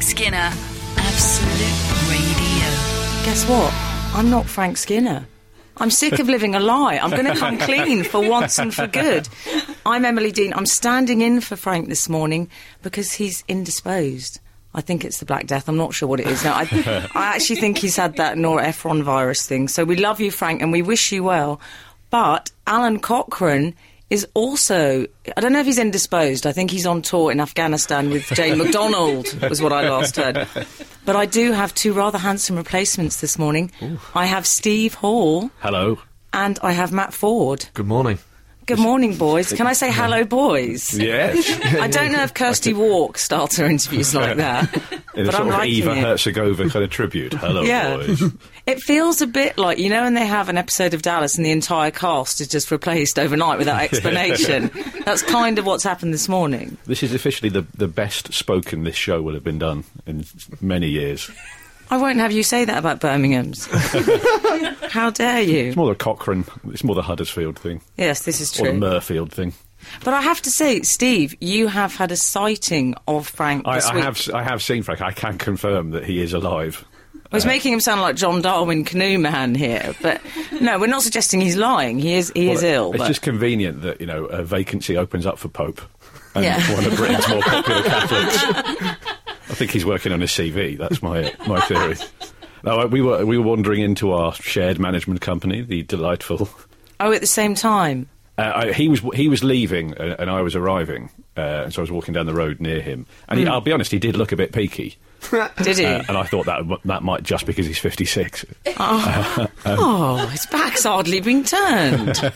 Skinner. Absolute Radio. Guess what? I'm not Frank Skinner. I'm sick of living a lie. I'm going to come clean for once and for good. I'm Emily Dean. I'm standing in for Frank this morning because he's indisposed. I think it's the Black Death. I'm not sure what it is now. I, I actually think he's had that Nora Ephron virus thing. So we love you, Frank, and we wish you well. But Alan Cochrane is also, I don't know if he's indisposed. I think he's on tour in Afghanistan with Jane McDonald, was what I last heard. But I do have two rather handsome replacements this morning. I have Steve Hall Hello. and I have Matt Ford. Good morning. Good morning, boys. Can I say hello, boys? Yes. I don't know if Kirsty Walk starts her interviews like that, In a but I'm sort of liking Eva it. Herzegovina kind of tribute. Hello, Yeah. boys. It feels a bit like you know when they have an episode of Dallas and the entire cast is just replaced overnight without explanation. That's kind of what's happened this morning. This is officially the, the best spoken this show will have been done in many years. I won't have you say that about Birmingham's. How dare you? It's more the Cochrane, it's more the Huddersfield thing, Yes, this is or the true. Murfield thing. But I have to say, Steve, you have had a sighting of Frank I, this I week. have I have seen Frank. I can confirm that he is alive. I uh, was making him sound like John Darwin canoe man here, but no, we're not suggesting he's lying. He is he is Well, ill. It's but- just convenient that you know a vacancy opens up for Pope, and Yeah. one of Britain's more popular Catholics. I think he's working on his CV. That's my my theory. No, I- we were we were wandering into our shared management company, the delightful. Oh, at the same time. Uh, I, he was he was leaving and, and I was arriving, uh, so I was walking down the road near him. And he, I'll be honest, he did look a bit peaky, Hmm. Did he? uh, and I thought that that might just because he's fifty six. oh, his back's hardly been turned.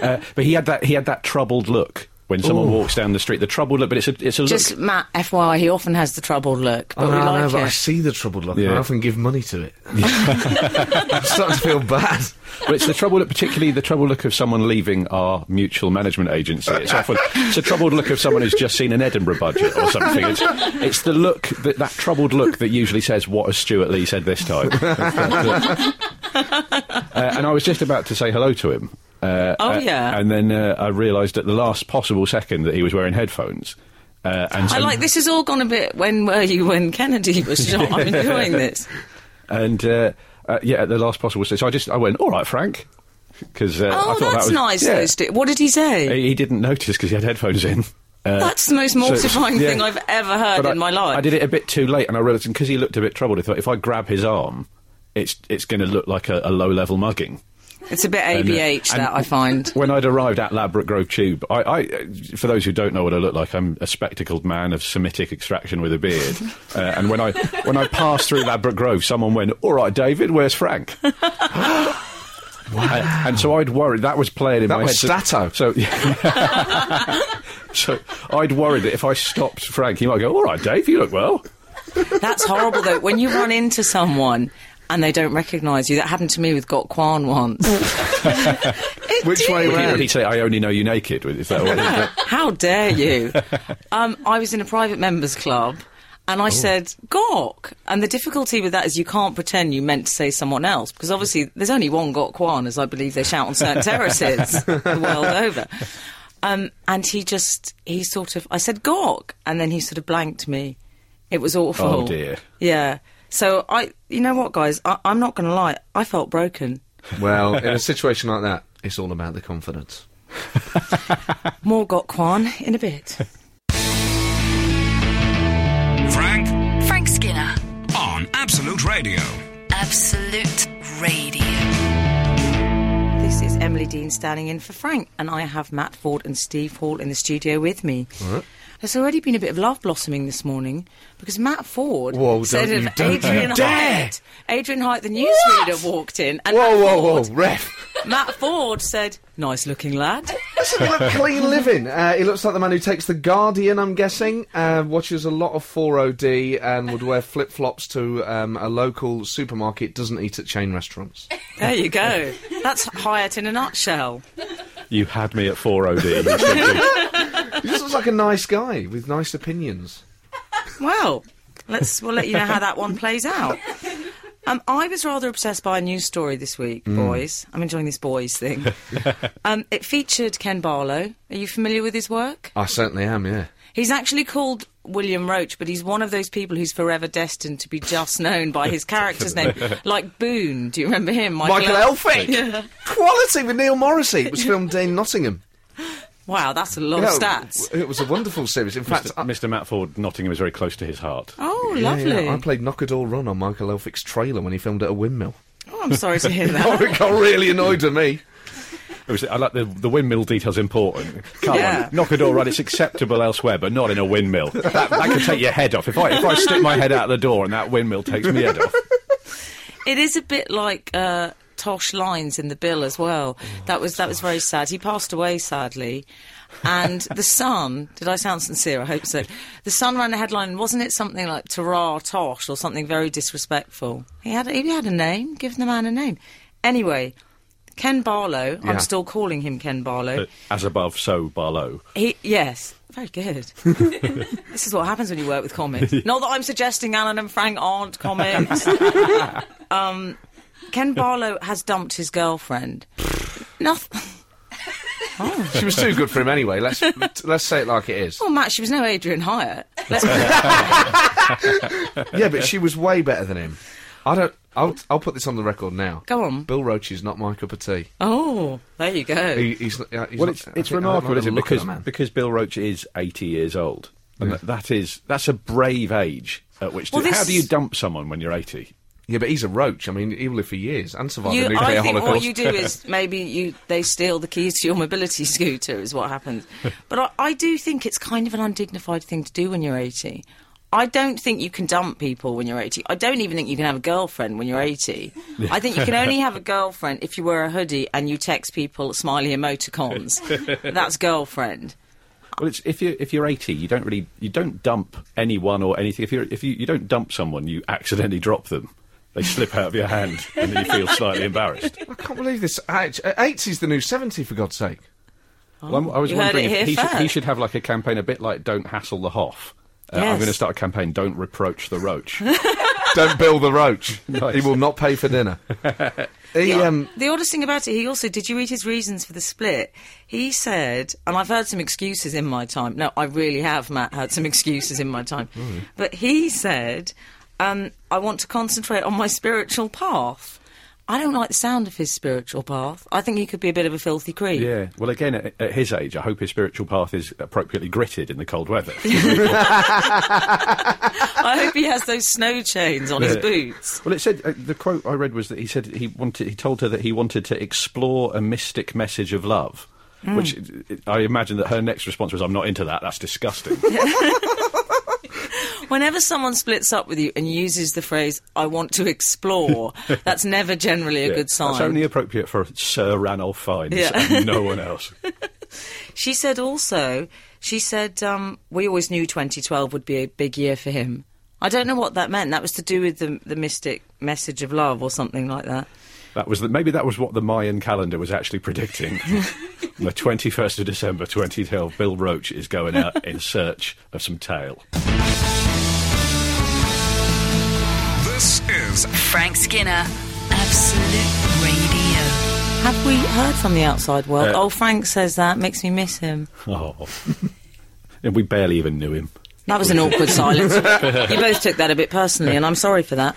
But he had that he had that troubled look when someone walks down the street. The troubled look, but it's a it's a look. Just Matt, FYI, he often has the troubled look, but I Oh, we know, I know, like but I it. see the troubled look. Yeah. I often give money to it. I'm starting to feel bad. But it's the trouble, particularly the troubled look of someone leaving our mutual management agency. It's often it's a troubled look of someone who's just seen an Edinburgh budget or something. It's, it's the look that that troubled look that usually says, "What has Stuart Lee said this time?" uh, and I was just about to say hello to him. Uh, Oh, uh, yeah. And then uh, I realised at the last possible second that he was wearing headphones. Uh, and I like this has all gone a bit. When were you when Kennedy was shot? I'm enjoying this. and uh, uh, yeah, at the last possible stage, so I just I went, "All right, Frank," because uh, I Oh, thought that that's was, nice, yeah. though, Steve. What did he say? He he didn't notice because he had headphones in. Uh, that's the most mortifying yeah. thing I've ever heard but I- in my life. I did it a bit too late, and I realised because he looked a bit troubled. I thought if I grab his arm, it's it's going to look like a, a low level mugging. It's a bit And, uh, ABH and that I find. When I'd arrived at Labrador Grove Tube, I, I, uh, for those who don't know what I look like, I'm a spectacled man of Semitic extraction with a beard. uh, and when I when I passed through Labrador Grove, someone went, "All right, David, where's Frank?" Uh, and so I'd worried that was playing in That my went Stato. So, so I'd worried that if I stopped Frank, he might go, "All right, Dave, you look well." That's horrible though. When you run into someone and they don't recognise you, that happened to me with Gok Kwan once. It Which did. way Would he, would round? he say, "I only know you naked"? Is that what? How dare you? Um, I was in a private members club. And Oh. I said, Gok. And the difficulty with that is you can't pretend you meant to say someone else, because obviously there's only one Gok Kwan, as I believe they shout on certain terraces the world over. Um, and he just, he sort of, I said, Gok. And then he sort of blanked me. It was awful. Oh, dear. Yeah. So I, you know what, guys? I, I'm not going to lie. I felt broken. Well, in a situation like that, it's all about the confidence. More got Kwan in a bit. Frank Frank Skinner. on Absolute Radio. Absolute Radio. This is Emily Dean standing in for Frank, and I have Matt Ford and Steve Hall in the studio with me. There's already been a bit of love blossoming this morning because Matt Ford Whoa, said don't you- of don't you Adrian dare! Hyatt. Adrian Hyatt, the newsreader, walked in, and Whoa, Matt, whoa, whoa, Ford, ref! Matt Ford said, "Nice looking lad." Listen, he looked clean living. Uh, he looks like the man who takes the Guardian, I'm guessing, uh, watches a lot of 4OD and would wear flip flops to um, a local supermarket, doesn't eat at chain restaurants. There you go. That's Hyatt in a nutshell. You had me at four OD. he said. He just looks like a nice guy with nice opinions. Well, let's we'll let you know how that one plays out. Um, I was rather obsessed by a news story this week, Mm. boys. I'm enjoying this boys thing. um, it featured Ken Barlow. Are you familiar with his work? I certainly am, yeah. He's actually called William Roach, but he's one of those people who's forever destined to be just known by his character's name. Like Boone, do you remember him? Michael Elphick! Quality with Neil Morrissey. It was filmed in Nottingham. Wow, that's a lot Yeah, of stats. It was a wonderful series. In fact, I- Mr. Matford, Nottingham is very close to his heart. Oh, yeah, yeah, lovely. I played Knockadore Run on Michael Elphick's trailer when he filmed at a windmill. Oh, I'm sorry to hear Oh, that. it got really annoyed at me. It was, I like the, the windmill detail's important. Come Yeah. on, knock a door right. It's acceptable elsewhere, but not in a windmill. That, that could take your head off. If I, if I stick my head out the door and that windmill takes me head off, It is a bit like uh, Tosh Lines in the bill as well. that was that was very sad. He passed away sadly, and the son. Did I sound sincere? I hope so. The son ran a headline. Wasn't it something like "Tara Tosh" or something very disrespectful? He had he had a name. Give the man a name. Anyway. Ken Barlow, Yeah. I'm still calling him Ken Barlow. uh, as above, so below. He, yes, very good. this is what happens when you work with comics. Not that I'm suggesting Alan and Frank aren't comics. um, Ken Barlow has dumped his girlfriend. Nothing. She was too good for him anyway. Let's let's say it like it is. Well, oh, Matt, she was no Adrian Hyatt. Let's- Yeah, but she was way better than him. I don't. I'll I'll put this on the record now. Go on. Bill Roach is not my cup of tea. oh, there you go. He, he's, not- uh, he's Well, not- it's, I it's think- I don't like remarkable, the isn't it? look of Because, that man. because Bill Roach is 80 years old. And that, that is, that's a brave age at which to. Well, this- how do you dump someone when you're 80? yeah, but he's a roach. I mean, he will live for years and survive the You, nuclear I think holocaust. what you do is maybe you they steal the keys to your mobility scooter is what happens. But I, I do think it's kind of an undignified thing to do when you're 80. I don't think you can dump people when you're 80. I don't even think you can have a girlfriend when you're 80. I think you can only have a girlfriend if you wear a hoodie and you text people smiley emoticons. That's girlfriend. Well, it's, if you if you're 80, you don't really you don't dump anyone or anything. If you if you, you don't dump someone, you accidentally drop them. They slip out of your hand, and then you feel slightly embarrassed. I can't believe this. Eight- uh, 80's the new 70, for God's sake. Well, I'm- I was You heard wondering it if here he should, he first. should have like a campaign a bit like "Don't hassle the Hoff." Uh, I'm Yes. going to start a campaign. Don't reproach the roach. Don't Bill the roach. Nice. He will not pay for dinner. he, um, The oddest thing about it, he also did you read his reasons for the split? He said, and I've heard some excuses in my time. No, I really have, Matt, heard some excuses in my time. But he said, um, I want to concentrate on my spiritual path. I don't like the sound of his spiritual path. I think he could be a bit of a filthy creep. yeah. Well, again, at, at his age, I hope his spiritual path is appropriately gritted in the cold weather. well, I hope he has those snow chains on his Yeah. boots. it said uh, the quote I read was that he said he wanted he told her that he wanted to explore a mystic message of love. Mm. Which it- it- I imagine that her next response was, "I'm not into that. That's disgusting." Whenever someone splits up with you and uses the phrase, I want to explore, that's never generally a Yeah. good sign. That's only appropriate for Sir Ranulph Fiennes Yeah. and no one else. She said also, she said, um, we always knew 2012 would be a big year for him. I don't know what that meant. That was to do with the, the mystic message of love or something like that. That was the, maybe that was what the Mayan calendar was actually predicting. On the 21st of December 2012, Bill Roach is going out in search of some tail. This is Frank Skinner, Absolute Radio. Have we heard from the outside world? Uh, oh, Frank says that. Makes me miss him. Oh. and we barely even knew him. That was an awkward silence. You both took that a bit personally, and I'm sorry for that.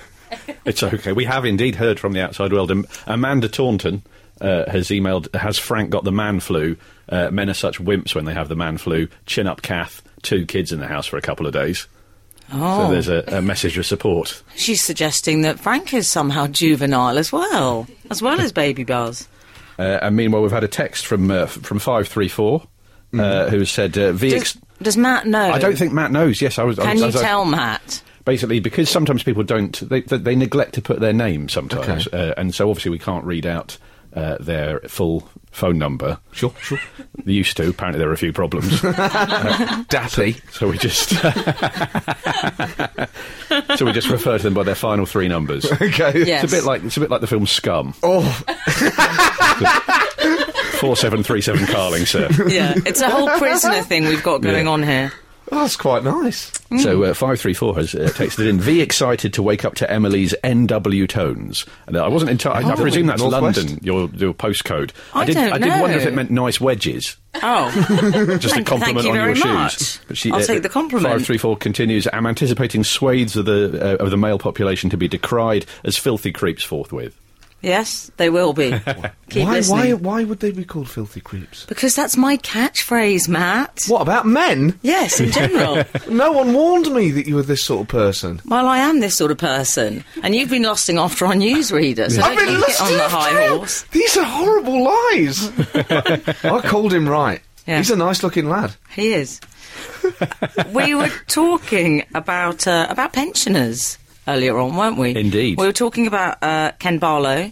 It's okay. We have indeed heard from the outside world. Am- Amanda Taunton uh, has emailed Has Frank got the man flu? Uh, men are such wimps when they have the man flu. Chin up, Kath. Two kids in the house for a couple of days. So Oh, there's a, a message of support. she's suggesting that Frank is somehow juvenile as well, as well as Baby Buzz. Uh, and meanwhile, we've had a text from uh, f- from five three four, uh, who said uh, Mm. Does, VX. does Matt know? I don't think Matt knows. Yes, I was. I Can was, I you was- tell Matt? Basically, because sometimes people don't, they, they, they neglect to put their name sometimes, uh, and so obviously we can't read out uh, their full phone number. sure, sure. They used to. Apparently, there were a few problems. Dappy. So we just so we just refer to them by their final three numbers. Okay. Yes. It's a bit like it's a bit like the film Scum. Oh, Four seven three seven Carling, sir. yeah, it's a whole prisoner thing we've got going Yeah. on here. Oh, that's quite nice. Mm. So uh, five three four has uh, texted in. V excited to wake up to Emily's N.W. tones. And I wasn't entirely. I Oh, presume that's Northwest. London. Your your postcode. I did. don't I did wonder if know. it meant nice wedges. Oh. Just Thank- a compliment thank you on very your much. shoes. uh, I'll take the compliment. Five three four continues. I'm anticipating swathes of the uh, of the male population to be decried as filthy creeps forthwith. yes, they will be. Keep why, listening. why, why would they be called filthy creeps? Because that's my catchphrase, Matt. What about men? Yes, in general. No one warned me that you were this sort of person. well, I am this sort of person, and you've been lusting after our newsreader, so I've don't been you get on listening the to high you. horse. These are horrible lies. I called him right. Yeah. He's a nice-looking lad. He is. we were talking about uh, about pensioners earlier on, weren't we? Indeed. We were talking about uh, Ken Barlow,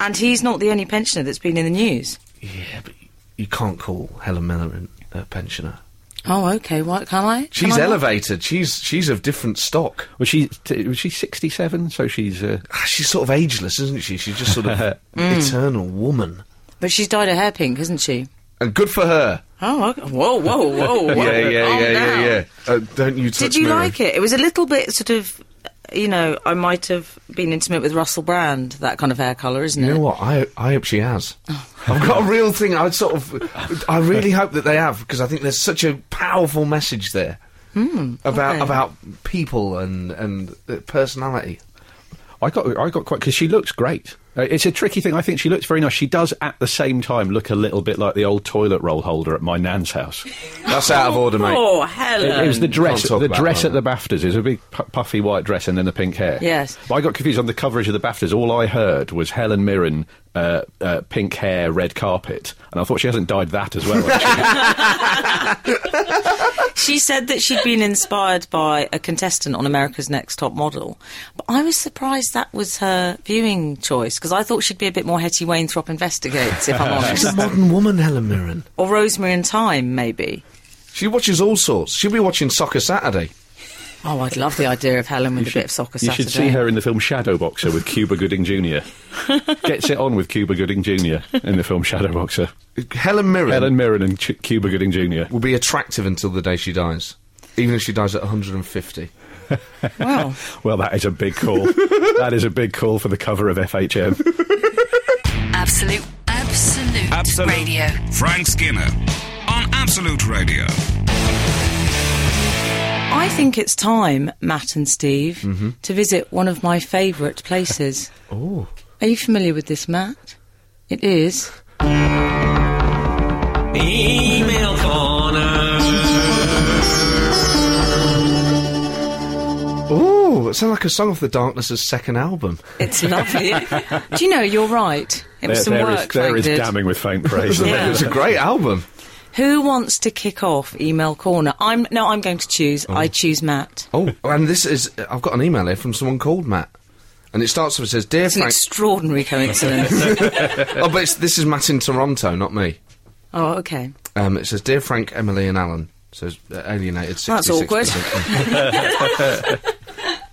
and he's not the only pensioner that's been in the news. Yeah, but you can't call Helen Miller a pensioner. Oh, okay. What can I? Can She's I not? elevated. She's she's of different stock. Was she t- was she sixty seven? So she's uh, Ah, She's sort of ageless, isn't she? She's just sort of eternal woman. But she's dyed her hair pink, hasn't she? And good for her. Oh, okay. whoa, whoa, whoa, Oh, whoa! calm down. Uh, don't you touch Did you me. like it? It was a little bit sort of, you know, I might have been intimate with Russell Brand, that kind of hair colour, isn't You it? know what? I I hope she has. I've got a real thing. I sort of, I really hope that they have because I think there's such a powerful message there about okay. about people and and uh, personality. I got I got quite because she looks great. Uh, It's a tricky thing. I think she looks very nice. She does at the same time look a little bit like the old toilet roll holder at my nan's house. That's out of order, mate. Oh, It, Helen! it was the dress. Um, talk The about dress at that. the Baftas is a big pu- puffy white dress and then the pink hair. Yes. But I got confused on the coverage of the Baftas. All I heard was Helen Mirren, uh, uh, pink hair, red carpet, and I thought she hasn't dyed that as well. actually. She said that she'd been inspired by a contestant on America's Next Top Model, but I was surprised that was her viewing choice because I thought she'd be a bit more Hetty Wainthrop investigates, if I'm She's a honest, modern woman, Helen Mirren. or Rosemary and Time, maybe. She watches all sorts. She'll be watching Soccer Saturday. Oh, I'd love the idea of Helen with a bit of soccer you Saturday. should see her in the film Shadow Boxer with Cuba Gooding Jr. Gets it on with Cuba Gooding Jr. in the film Shadow Boxer. Helen Mirren Helen Mirren and Ch- Cuba Gooding Jr. will be attractive until the day she dies, even if she dies at 150. Wow. Well, that is a big call. that is a big call for the cover of FHM. Absolute, absolute, Absolute. radio. Frank Skinner on Absolute Radio. I think it's time, Matt and Steve, Mm-hmm. to visit one of my favourite places. oh. Are you familiar with this, Matt? It is. Email corner. Ooh, it sounds like a song off the Darkness' second album. It's lovely. Do you know, you're right. It was some there work is, there Frank is did. damning with faint praise. Yeah. It was a great album. Who wants to kick off email corner? I'm no, I'm going to choose. I choose Matt. Oh, and this is. I've got an email here from someone called Matt. And it starts with, it says, Dear It's an Frank. extraordinary coincidence. oh, but it's, this is Matt in Toronto, not me. oh, okay. Um, it says, Dear Frank, Emily, and Alan. So it's uh, alienated 66%. That's awkward.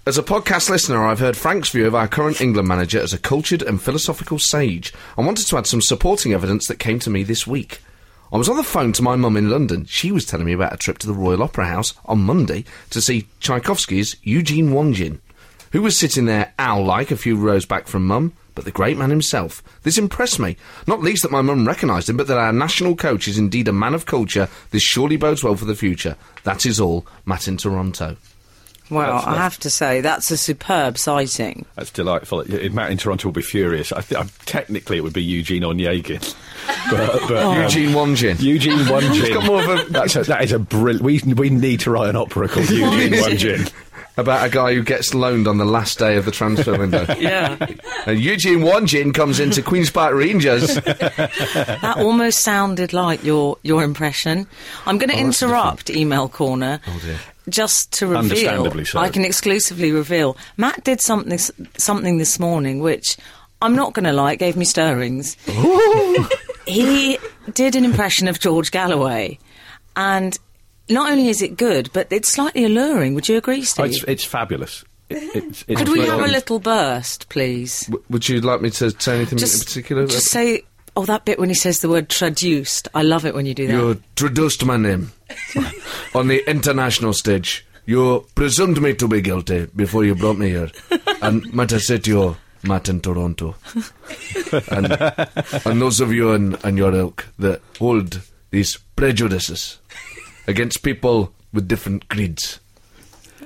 As a podcast listener, I've heard Frank's view of our current England manager as a cultured and philosophical sage. I wanted to add some supporting evidence that came to me this week. I was on the phone to my mum in London. She was telling me about a trip to the Royal Opera House on Monday to see Tchaikovsky's Eugene Wanjin, who was sitting there owl like a few rows back from mum, but the great man himself. This impressed me, not least that my mum recognised him, but that our national coach is indeed a man of culture. This surely bodes well for the future. That is all. Matt in Toronto. Well, I have to say that's a superb sighting. That's delightful. Y- y- Matt in Toronto will be furious. I th- I, technically, it would be Eugene Onyegin. But, but, Oh. um, Eugene Wanjin. Eugene Wonjin. got more of a- That's a, that is a brilliant. We, we need to write an opera called Eugene Wonjin. about a guy who gets loaned on the last day of the transfer window. Yeah, And Eugene Wanjin comes into Queen's Park Rangers. that almost sounded like your your impression. I'm going to that's interrupt email corner. dear. Just to reveal, Understandably so. I can exclusively reveal. Matt did something s- something this morning, which I'm not going to lie, it gave me stirrings. he did an impression of George Galloway, and not only is it good, but it's slightly alluring. Would you agree, Oh, Steve? it's, it's fabulous. It- it's, it's Could we brilliant. have a little burst, please? W- Would you like me to say anything in Just, particular? just say. Oh, that bit when he says the word traduced. I love it when you do that. You're traduced my name. on the international stage. You presumed me to be guilty before you brought me here. And Matasitio, Matt in Toronto. and, and those of you in, in your ilk that hold these prejudices against people with different creeds.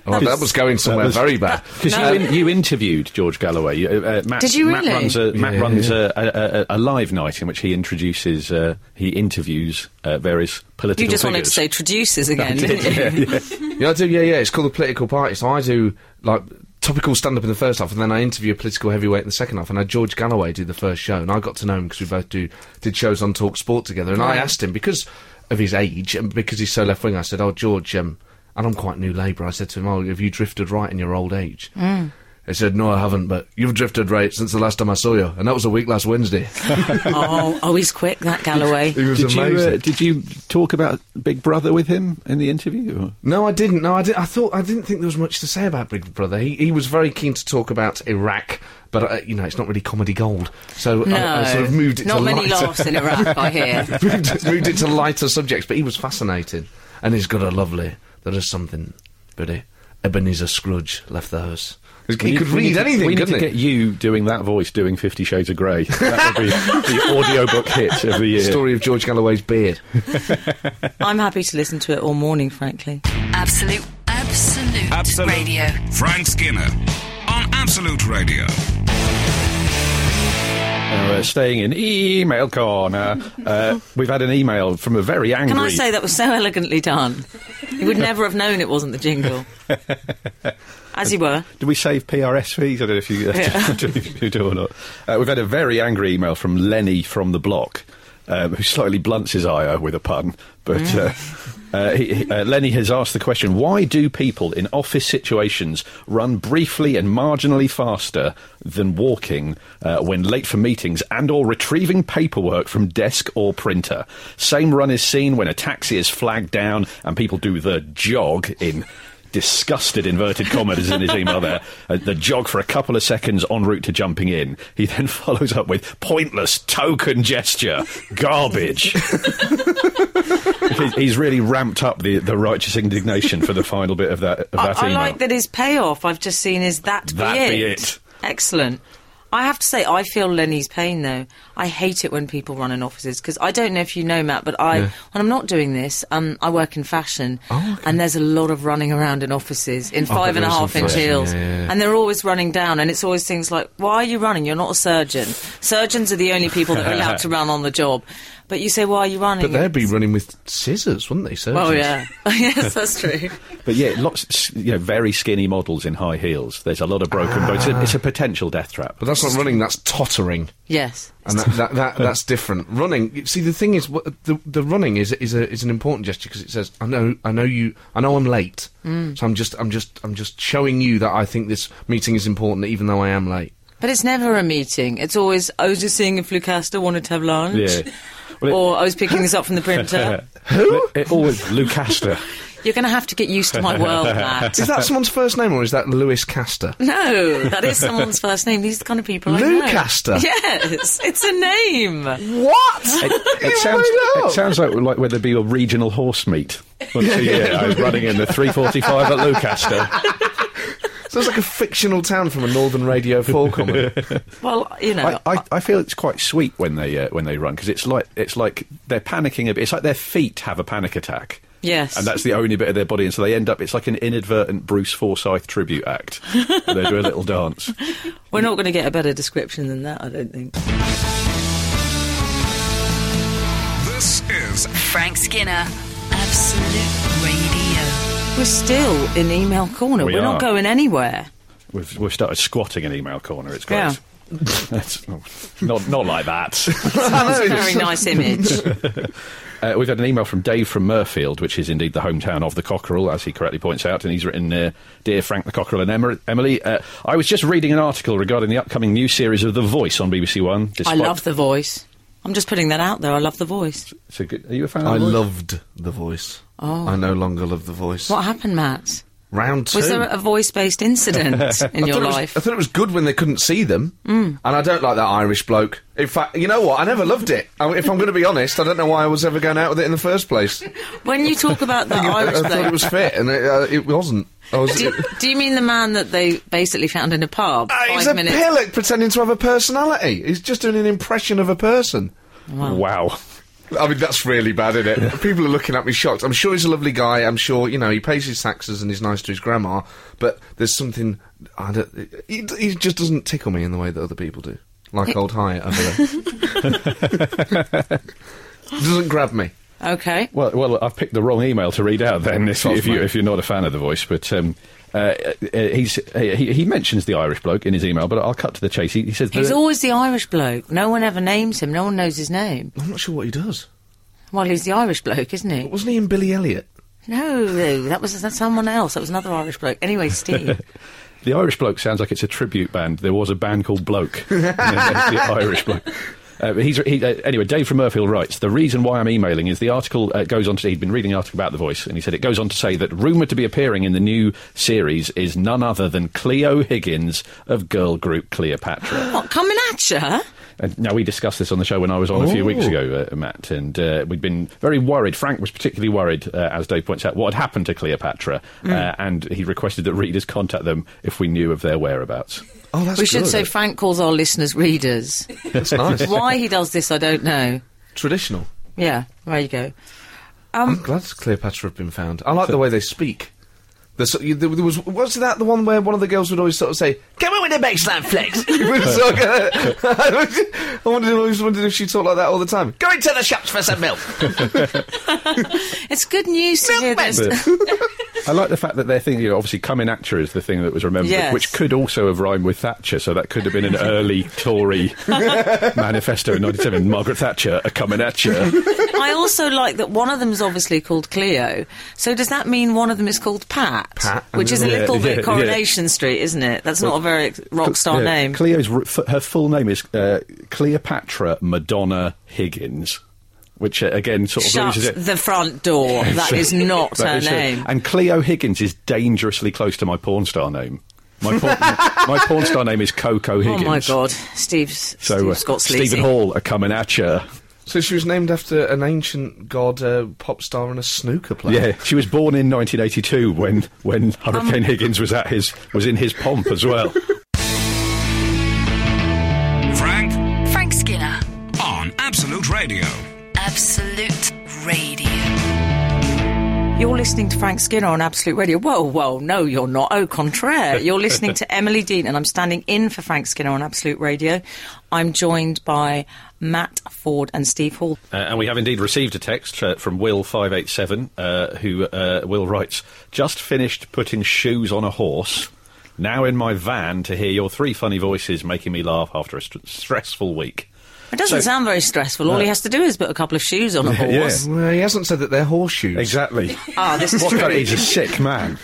Oh, that was going somewhere was- very bad. Because you, in, you interviewed George Galloway. You- Uh, uh, Matt, Did you Matt really? runs, a, Matt Yeah, runs yeah. A, a, a, a live night in which he introduces, uh, he interviews uh, various political You just wanted to figures. say traduces again, didn't you? Yeah, I do. Yeah, yeah. It's called the political party. So I do like topical stand up in the first half, and then I interview a political heavyweight in the second half. And I had George Galloway do the first show, and I got to know him because we both do did shows on Talk Sport together. And I asked him because of his age and because he's so left wing. I said, "Oh, George," um, and I'm quite new Labour. I said to him, "Oh, have you drifted right in your old age?" Mm. He said, "No, I haven't, but you've drifted right since the last time I saw you, and that was a week last Wednesday." oh, oh, he's quick, that Galloway. He was Did you, amazing. uh, did you talk about Big Brother with him in the interview? or- No, I didn't. No, I, did, I thought I didn't think there was much to say about Big Brother. He, he was very keen to talk about Iraq, but uh, you know it's not really comedy gold. So No, I, I sort of moved it not to many lighter, laughs in Iraq, I hear. moved, it- moved it to lighter subjects. But he was fascinating, and he's got a lovely. There is something, buddy. Ebenezer Scrooge left the house. He We could need- we read need to- anything, We need to couldn't he? get you doing that voice, doing Fifty Shades of Grey. That would be the audiobook hit of the year. Story of George Galloway's beard. I'm happy to listen to it all morning, frankly. Absolute, absolute, Absolute. radio. Frank Skinner on Absolute Radio. Now, uh, staying in email corner, uh, we've had an email from a very angry. Can I say that was so elegantly done? You would never have known it wasn't the jingle. As you were. Do we save PRS fees? I don't know if you, uh, if you do or not. Uh, we've had a very angry email from Lenny from the block, um, who slightly blunts his ire with a pun. But uh, uh, he, he- uh, Lenny has asked the question why do people in office situations run briefly and marginally faster than walking uh, when late for meetings and or retrieving paperwork from desk or printer same run is seen when a taxi is flagged down and people do the jog in disgusted inverted commas is in his email there. Uh, the jog for a couple of seconds en route to jumping in. He then follows up with pointless token gesture, garbage. He- He's really ramped up the, the righteous indignation for the final bit of that, of I, that I email. like that his payoff I've just seen is that be That it. be it. Excellent. I have to say, I feel Lenny's pain though. I hate it when people run in offices because I don't know if you know, Matt, but I, when I'm not doing this, um, I work in fashion and there's a lot of running around in offices in five and a Oh, there is in half inch fashion, heels. yeah, yeah, yeah. And they're always running down and it's always things like, why are you running? You're not a surgeon. Surgeons are the only people that are allowed to run on the job. But you say, why are you running? But they'd be running with scissors, wouldn't they? Surgeons? Oh, yeah. yes, that's true. But yeah, lots s- you know very skinny models in high heels. There's a lot of broken bones. It's a, it's a potential death trap. But that's not running. That's tottering. Yes. and that, that, that that's different. Running. you See, the thing is, wha- the the running is is a, is an important gesture because it says, "I know, I know you, I know I'm late, Mm. so I'm just, I'm just, I'm just showing you that I think this meeting is important, even though I am late." But it's never a meeting. It's always, I was just seeing if Lucasta wanted to have lunch. Yeah. Well, it- or I was picking this up from the printer. Who? It, it always Lucasta. You're going to have to get used to my world, Matt. Is that someone's first name or is that Lewis Castor? No, that is someone's first name. These are the kind of people I know. Lucasta? Yes, it's a name. What? It, it sounds, it sounds like like where there'd be a regional horse meet. Once a year, I was running in the 345 at Lucaster. Sounds like a fictional town from a Northern Radio Four comedy. Well, you know, I, I, I feel it's quite sweet when they uh, when they run because it's like it's like they're panicking a bit. It's like their feet have a panic attack. Yes. and that's the only bit of their body, and so they end up. It's like an inadvertent Bruce Forsyth tribute act. they do a little dance. we're not going to get a better description than that, I don't think. This is Frank Skinner, Absolute Radio. We're still in email corner. We are not are. going anywhere. We've, we've started squatting in email corner. It's great. Yeah. That's- oh, not not like that. That's a very nice image. Uh, we've had an email from Dave from Murfield, which is indeed the hometown of the Cockerel, as he correctly points out, and he's written, uh, "Dear Frank the Cockerel and Emer- Emily, uh, I was just reading an article regarding the upcoming new series of The Voice on BBC One. I despite- love the voice. I'm just putting that out there. I love the voice. It's a good- are you a fan? of I The Voice? loved the voice. Oh. I no longer love the voice. What happened, Matt? Round two. Was there a voice based incident in your thought it was- life? Mm. I thought it was good when they couldn't see them, and I don't like that Irish bloke. In fact, you know what? I never loved it. I, if I'm going to be honest, I don't know why I was ever going out with it in the first place. When you talk about that I, Irish I thought it bloke, was fit, and it, uh, it wasn't. I was. do, do you mean the man that they basically found in a pub? Ah, he's five a minutes. pillock pretending to have a personality. He's just doing an impression of a person. Wow. I mean, that's really bad, isn't it? People are looking at me shocked. I'm sure he's a lovely guy. I'm sure, you know, he pays his taxes and he's nice to his grandma, but there's something. I don't, he, he just doesn't tickle me in the way that other people do. Like old Hyatt over there. doesn't grab me. Okay. Well, well, I've picked the wrong email to read out then. If, you- if you mate. if you're not a fan of the voice, but um, uh, uh, he's uh, he, he mentions the Irish bloke in his email, but I'll cut to the chase. He, he says He's the- always the Irish bloke. No one ever names him. No one knows his name. I'm not sure what he does. Well, he's the Irish bloke, isn't he? Wasn't he in Billy Elliot? No, no, that was that's someone else. That was another Irish bloke. Anyway, Steve. the Irish bloke sounds like it's a tribute band. There was a band called Bloke. And then there's the Irish bloke. Uh, but he's, he, uh, anyway, Dave from Murfield writes, the reason why I'm emailing is the article uh, goes on to, he'd been reading an article about The Voice, and he said it goes on to say that rumoured to be appearing in the new series is none other than Cleo Higgins of girl group Cleopatra. what, coming at you? And now we discussed this on the show when I was on a few Oh. weeks ago, uh, Matt, and uh, we'd been very worried. Frank was particularly worried, uh, as Dave points out, what had happened to Cleopatra, uh, and he requested that readers contact them if we knew of their whereabouts. Oh, that's We should good. say Frank calls our listeners readers. That's nice. Why he does this, I don't know. Traditional. Yeah, there you go. I'm glad Cleopatra have been found. I like the way they speak. There's, so- you- there was was that the one where one of the girls would always sort of say, "Come on with the baseline flex." It was so good. I wondered, I always wondered if she talked like that all the time. Go into the shops for some milk. It's good news to hear this. But I like the fact that their thing, you know, obviously, coming actor is the thing that was remembered, Yes. which could also have rhymed with Thatcher, so that could have been an early Tory manifesto in 97. Margaret Thatcher, a coming at you. I also like that one of them's obviously called Cleo. So does that mean one of them is called Pat? Pat, and Which is a then- little Yeah, bit yeah, Coronation Street, isn't it? That's not a very ex- rock star Yeah, name. Cleo's r- f- her full name is uh, Cleopatra Madonna Higgins, which uh, again sort of Shut loses it. the front door. That is not That her is name. And Cleo Higgins is dangerously close to my porn star name. My porn, my porn star name is Coco Oh Higgins. my God, Steve's So uh, Steve's got sleazy. Stephen Hall are coming at you. So she was named after an ancient god, uh, pop star, and a snooker player. Yeah, she was born in 1982 when when Hurricane Higgins was at his was in his pomp as well. Frank Frank Skinner. on Absolute Radio. Absolute Radio. You're listening to Frank Skinner on Absolute Radio. Whoa, whoa, no, you're not. Au contraire. You're listening to Emily Dean, and I'm standing in for Frank Skinner on Absolute Radio. I'm joined by Matt Ford and Steve Hall. Uh, and we have indeed received a text uh, from Will587, uh, who uh, Will writes, Just finished putting shoes on a horse. Now in my van to hear your three funny voices making me laugh after a st- stressful week. It doesn't So- sound very stressful. All he has to do is put a couple of shoes on a horse. Well, he hasn't said that they're horseshoes. Exactly. Ah, this is what true. kind of- he's a sick man.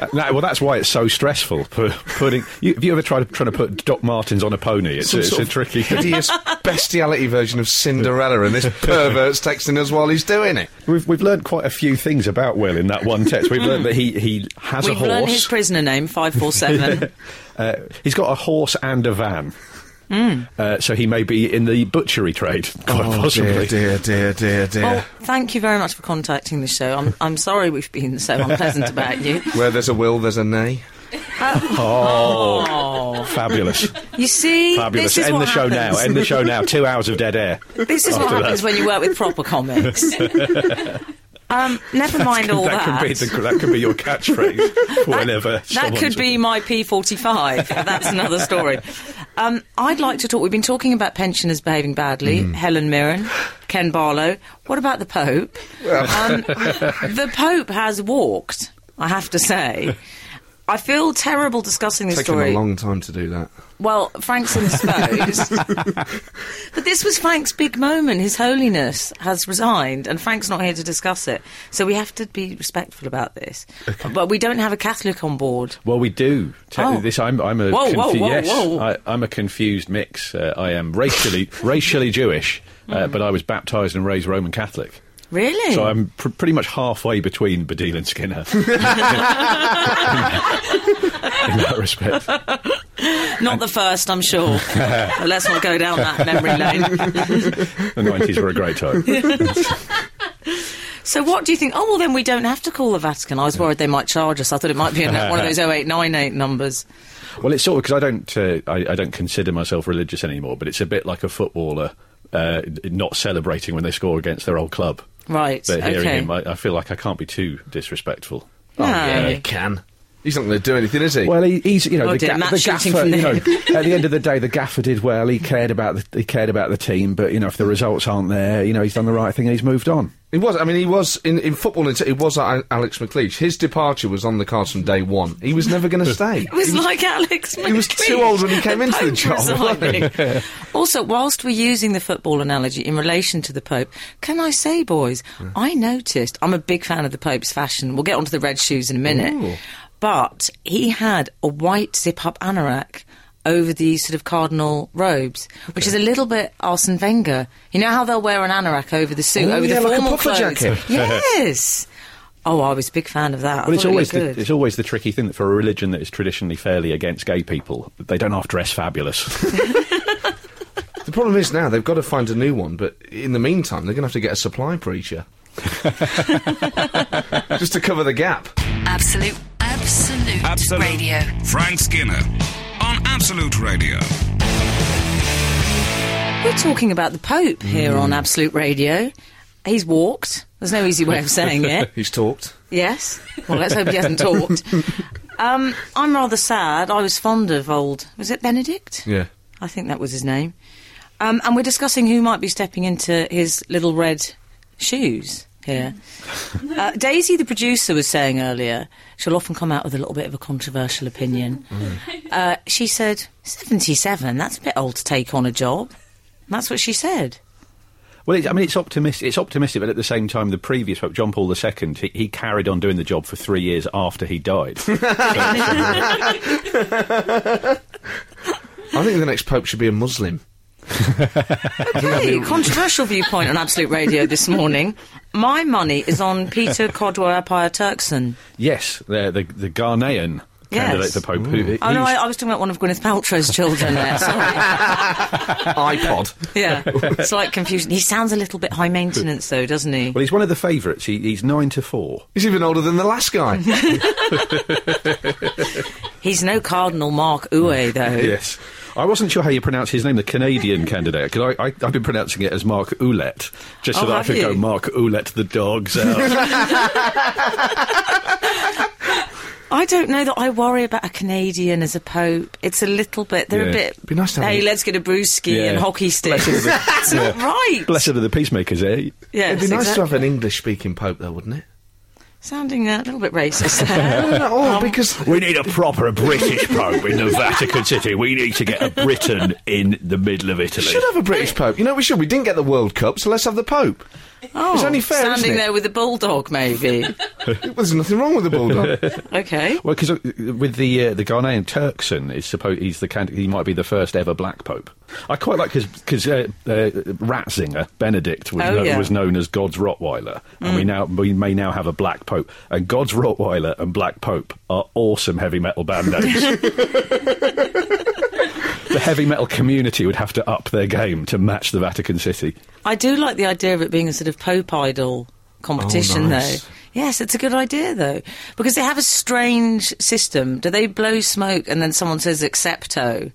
Uh, no, well, that's why it's so stressful. Pu- putting, you, have you ever tried to, trying to put Doc Martens on a pony? It's, Some it's sort a of tricky. hideous bestiality version of Cinderella, and this pervert's texting us while he's doing it. We've we've learned quite a few things about Will in that one text. We've learned that he he has a We've horse. learned his prisoner name, 547. Uh, he's got a horse and a van. Hmm. Uh, so he may be in the butchery trade, quite Oh, possibly. Oh, Oh. dear, dear, dear, dear. well, thank you very much for contacting the show. I'm, I'm sorry we've been so unpleasant about you. Where there's a will, there's a nay. Fabulous, You see, Oh. fabulous. this is End what the show happens. now. End the show now. Two hours of dead air. This is what after that. happens when you work with proper comics. um, never mind all that. could be the, that could be your catchphrase whenever. That someone's- could be my P45. That's another story. Um, I'd like to talk. We've been talking about pensioners behaving badly. Mm. Helen Mirren, Ken Barlow. What about the Pope? Um, the Pope has walked. I have to say. I feel terrible discussing this Taking story. a long time to do that. Well, Frank's indisposed. but this was Frank's big moment. His Holiness has resigned, and Frank's not here to discuss it. So we have to be respectful about this. But we don't have a Catholic on board. Well, we do. Te- Oh. This I'm, I'm a Whoa, whoa, confu- whoa, yes, whoa. I, I'm a confused Hmm. mix. Uh, I am racially racially Jewish, uh, but I was baptised and raised Roman Catholic. Really? So I'm pr- pretty much halfway between Badil and Skinner in that respect. Not the first, I'm sure. But let's not go down that memory lane. The 90s were a great time. So what do you think? Oh, well, then we don't have to call the Vatican. I was worried they might charge us. I thought it might be a, one of those 0898 numbers. Well, it's sort of because I don't, uh, I, I don't consider myself religious anymore, but it's a bit like a footballer uh, not celebrating when they score against their old club. Right, But hearing Oh, okay. him, I, I feel like I can't be too disrespectful. No. Yeah, you can. He's not going to do anything, is he? Well, he, he's you know Oh the, dear, ga- Matt the shooting gaffer. from You know, there. at the end of the day, the gaffer did well. He cared about the, he cared about the team, but you know if the results aren't there, you know he's done the right thing and he's moved on. It was. I mean, he was in, in football. It was like Alex McLeish. His departure was on the cards from day one. He was never going to stay. It was like Alex. He was too old when he came into the job, also, whilst we're using the football analogy in relation to the Pope, can I say, boys, I noticed I'm a big fan of the Pope's fashion. We'll get onto the red shoes in a minute, but he had a white zip-up anorak. Over the sort of cardinal robes, which is a little bit Arsene Wenger. You know how they'll wear an anorak over the suit, Oh, over yeah, the like a formal puffer clothes. jacket. yes. Oh, I was a big fan of that. I Well, it's thought it always looked the, good. it's always the tricky thing that for a religion that is traditionally fairly against gay people, they don't half dress fabulous. The problem is now they've got to find a new one, but in the meantime, they're going to have to get a supply preacher. Just to cover the gap. Absolute, absolute, Absolute. radio. Frank Skinner on Absolute Radio. We're talking about the Pope here on Absolute Radio. He's walked. There's no easy way of saying it. He's talked. Yes. Well, let's hope he hasn't talked. Um, I'm rather sad. I was fond of old. Was it Benedict? Yeah. I think that was his name. Um, and we're discussing who might be stepping into his little red shoes here. uh, Daisy, the producer, was saying earlier, she'll often come out with a little bit of a controversial opinion. Uh, she said, 77, that's a bit old to take on a job. And that's what she said. well, it's, I mean, it's optimistic. It's optimistic, but at the same time, the previous Pope John Paul II, he, he carried on doing the job for three years after he died. I think the next pope should be a Muslim. Hey, controversial viewpoint on Absolute Radio this morning. My money is on Peter Codwell Appiah-Turkson. yes, the the, the Ghanaian candidate Yes. for Pope. Who, Oh, no, he's- I, I was talking about one of Gwyneth Paltrow's children there. Sorry. iPod. Yeah, slight confusion. He sounds a little bit high maintenance, though, doesn't he? Well, he's one of the favourites. He, he's nine to four. He's even older than the last guy. He's no Cardinal Mark Mm. Uwe, though. Yes. I wasn't sure how you pronounce his name, the Canadian candidate, because I, I, I've been pronouncing it as Mark Ouellette, just so Oh, that I have could go, you? Mark Ouellette the dogs out. I don't know that I worry about a Canadian as a pope. It's a little bit. They're Yeah. a bit. Be nice to have hey, a- let's get a brewski Yeah. and hockey sticks. That's not right. Blessed are the peacemakers, eh? Yes, It'd be nice to exactly. have an English speaking pope, though, wouldn't it? Sounding uh, a little bit racist there. Not at all, because. We need a proper British Pope in the Vatican City. We need to get a Briton in the middle of Italy. We should have a British pope. You know, we should. We didn't get the World Cup, so let's have the pope. oh, It's only fair, Standing isn't it? there with a bulldog, maybe. There's nothing wrong with the bulldog. okay. Well, because with the uh, the Ghanaian Turkson, is supposed he's the candid- he might be the first ever black pope. I quite like because uh, uh, Ratzinger Benedict was, Oh, kno- yeah. Mm. was known as God's Rottweiler, and we now we may now have a black pope. And God's Rottweiler and Black Pope are awesome heavy metal band names. the heavy metal community would have to up their game to match the Vatican City. I do like the idea of it being a sort of Pope idol competition, Oh, nice. though. Yes, it's a good idea, though, because they have a strange system. Do they blow smoke and then someone says accepto?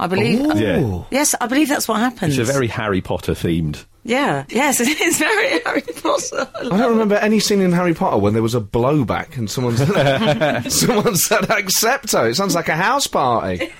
I believe. Ooh. Yeah. Yes, I believe that's what happens. Oh. It's a very Harry Potter themed. yeah. Yes, it's very Harry Potter. I don't remember any scene in Harry Potter when there was a blowback and someone someone said accepto. It sounds like a house party.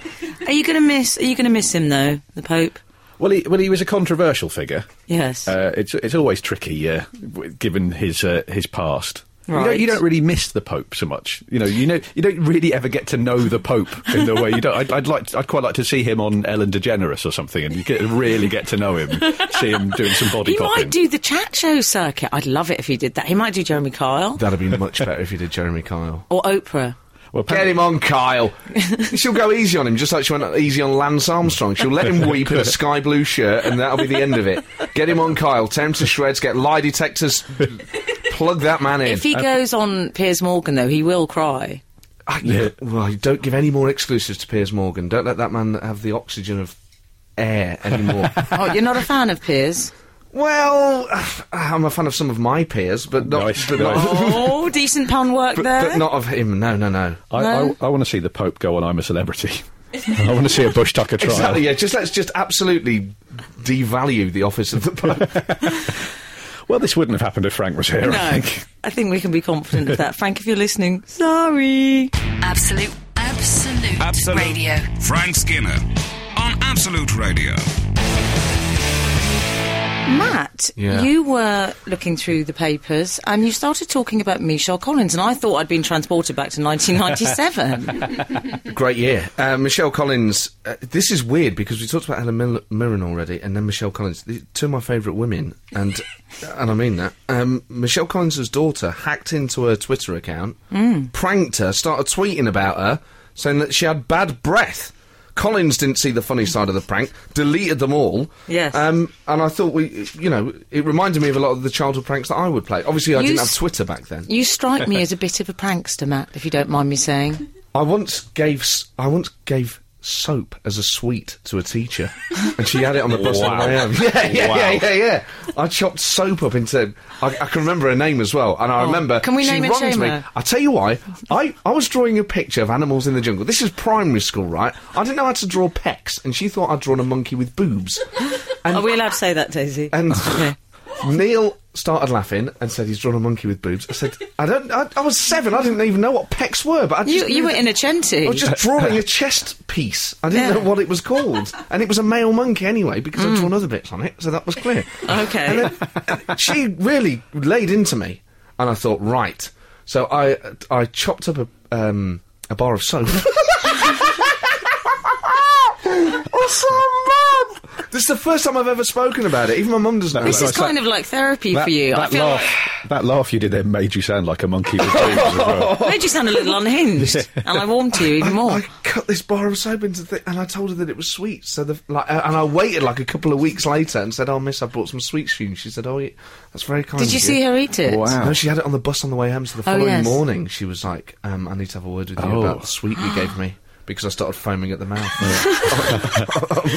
Are you going to miss? Are you going to miss him though, the Pope? Well, he, well, he was a controversial figure. Yes. Uh, it's it's always tricky, uh, w- given his uh, his past. You, don't, Right. you don't really miss the Pope so much, you know. You know, you don't really ever get to know the Pope in the way you don't. I'd, I'd like, I'd quite like to see him on Ellen DeGeneres or something, and you get, really get to know him, see him doing some body he popping. might do the chat show circuit. I'd love it if he did that. He might do Jeremy Kyle That'd be much better if you did Jeremy Kyle. or Oprah. Well, Get him on, Kyle. She'll go easy on him, just like she went easy on Lance Armstrong. She'll let him weep in a sky blue shirt, and that'll be the end of it. Get him on, Kyle. Tear him to shreds. Get lie detectors. plug that man in. If Uh, he goes on Piers Morgan, though, he will cry. Ah, yeah. Well, you don't give any more exclusives to Piers Morgan. Don't let that man have the oxygen of air anymore. Oh, you're not a fan of Piers? well, I'm a fan of some of my peers, but not, Nice, but, not nice. Oh, decent pun work but, there. but not of him. No, no, no. I, No. I, I want to see the Pope go on I'm a Celebrity. I want to see a Bush Tucker trial. Exactly. Yeah. Just let's just absolutely devalue the office of the Pope. Well, this wouldn't have happened if Frank was here, I no, think. I think we can be confident of that. Frank, if you're listening, sorry. Absolute, absolute, Absolute. radio. Frank Skinner on Absolute Radio. Matt, Yeah. you were looking through the papers and you started talking about Michelle Collins, and I thought I'd been transported back to 1997. Great year. Uh, Michelle Collins. Uh, this is weird because we talked about Helen Mil- Mirren already, and then Michelle Collins. The- two of my favourite women, and and I mean that. Um, Michelle Collins' daughter hacked into her Twitter account, Hmm. pranked her, started tweeting about her, saying that she had bad breath. Collins didn't see the funny side of the prank, deleted them all. Yes. Um, and I thought we, you know, it reminded me of a lot of the childhood pranks that I would play. Obviously, I You didn't s- have Twitter back then. you strike me as a bit of a prankster, Matt, if you don't mind me saying. I once gave s- I once gave soap as a sweet to a teacher, and she had it on the bus on the way home. Yeah, yeah, yeah, yeah, yeah. I chopped soap up into. I, I can remember her name as well, and I remember Oh, Can we she name and wronged shame me. her? I tell you why. I I was drawing a picture of animals in the jungle. This is primary school, right? I didn't know how to draw pecs, and she thought I'd drawn a monkey with boobs. Are we allowed to say that, Daisy? And Neil started laughing and said he's drawn a monkey with boobs. I said I don't. I, I was seven. I didn't even know what pecs were, but I you just you knew were that- in a chenty. I was just drawing a chest piece. I didn't Yeah. Hmm. know what it was called. And it was a male monkey anyway, because I'd drawn other bits on it, so that was clear. Okay. And then, uh, she really laid into me, and I thought, right. So I I chopped up a, um, a bar of soap. Or some mum! This is the first time I've ever spoken about it. Even my mum doesn't know. this about is it. It's like- kind of like therapy for you. I that feel laugh, that laugh you did there made you sound like a monkey with boobs as well. like made you sound a little unhinged, and I warmed to you even more. I cut this bar of soap into thi- and I told her that it was sweet. So the like, uh, and I waited like a couple of weeks later and said, "Oh, miss, I brought some sweets for you." And she said, "Oh, yeah, that's very kind." Did of you see her eat it? Wow. No, she had it on the bus on the way home. So the Oh, following yes. morning, she was like, um, "I need to have a word with you Oh. about the sweet you gave me." Because I started foaming at the mouth.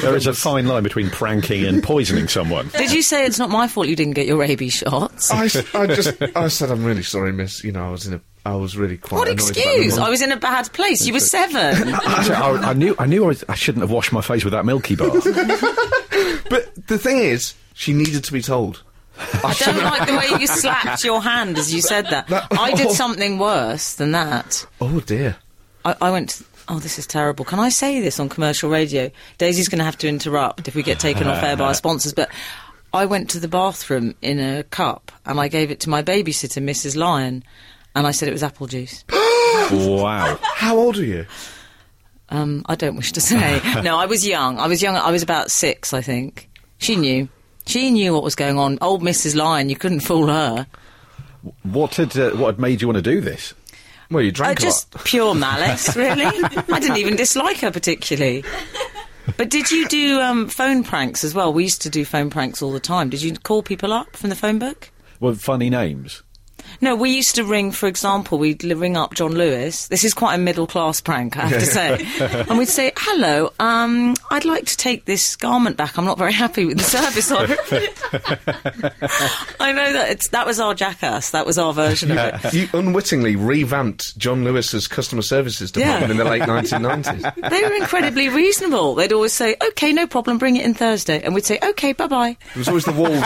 There is a fine line between pranking and poisoning someone. Did you say it's not my fault you didn't get your rabies shots? I, s- I just, I said, I'm really sorry, miss. You know, I was in a, I was really quite. what annoyed about the excuse? morning." I was in a bad place. You were seven. So I, I knew I knew I, was, I shouldn't have washed my face with that Milky Bar. But the thing is, she needed to be told. I don't like the way you slapped your hand as you said that. Oh. I did something worse than that. Oh dear. I, I went. To, oh, this is terrible. Can I say this on commercial radio? Daisy's going to have to interrupt if we get taken off air by our sponsors. But I went to the bathroom in a cup and I gave it to my babysitter, Mrs. Lyon, and I said it was apple juice. wow. How old are you? Um, I don't wish to say. no, I was young. I was young. I was about six, I think. She knew. She knew what was going on. Old Mrs. Lyon, you couldn't fool her. What had uh, what had made you want to do this? Well, you Uh, drank a lot. just pure malice, really. I didn't even dislike her particularly. But did you do um, phone pranks as well? We used to do phone pranks all the time. Did you call people up from the phone book? Well, funny names. No, we used to ring, for example, we'd l- ring up John Lewis. This is quite a middle class prank, I have to say. and we'd say, Hello, um, I'd like to take this garment back. I'm not very happy with the service on it. I know that it's, that was our jackass. That was our version of it. you unwittingly revamped John Lewis's customer services department Yeah. in the late 1990s. They were incredibly reasonable. They'd always say, "Okay, no problem, bring it in Thursday," and we'd say, "Okay, bye bye." It was always the walls.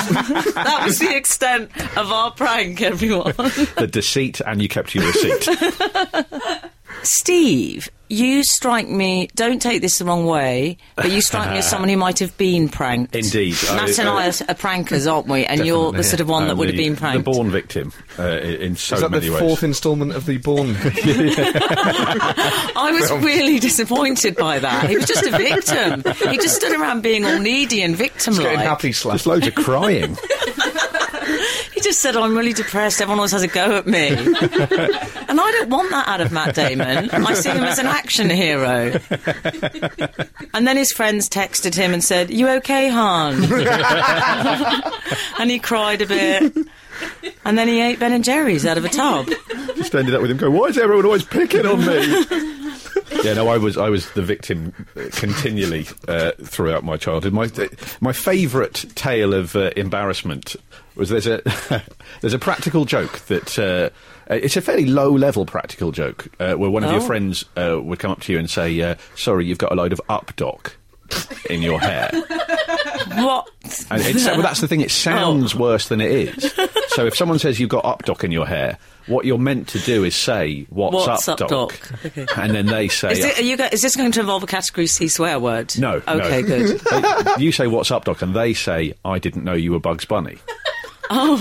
That was the extent of our prank, everyone. The deceit, and you kept your receipt. Steve, you strike me. Don't take this the wrong way, but you strike me as someone who might have been pranked. Indeed. Oh, Matt I- and I I- are, are prankers, aren't we? And you're the Definitely, sort of one that And would have Uh, the- been pranked. The born victim uh, i- in so Is that the many ways. fourth instalment of the Born? I was really disappointed by that. He was just a victim. he just stood around being all needy and Getting victim-like. happy slap. There's loads of crying. He just said, I'm really depressed, everyone always has a go at me. and I don't want that out of Matt Damon. I see him as an action hero. and then his friends texted him and said, You okay, Han? and he cried a bit. And then he ate Ben and Jerry's out of a tub. just ended up with him going, "Why is everyone always picking on me?" yeah, no, I was I was the victim uh, continually uh, throughout my childhood. My my favourite tale of uh, embarrassment was there's a there's a practical joke that. Uh, uh, it's a fairly low-level practical joke uh, where one of your Oh. friends uh, would come up to you and say, uh, "Sorry, you've got a load of updock in your hair." What? And it's, well, that's the thing. It Oh. sounds worse than it is. So if someone says you've got updock in your hair, what you're meant to do is say what's, What's up, up, doc?" doc? Okay. and then they say. Is, it, are you go- is this going to involve a category C swear word? Oh, No. no. Okay, good. They- you say what's up, doc, and they say I didn't know you were Bugs Bunny. Oh,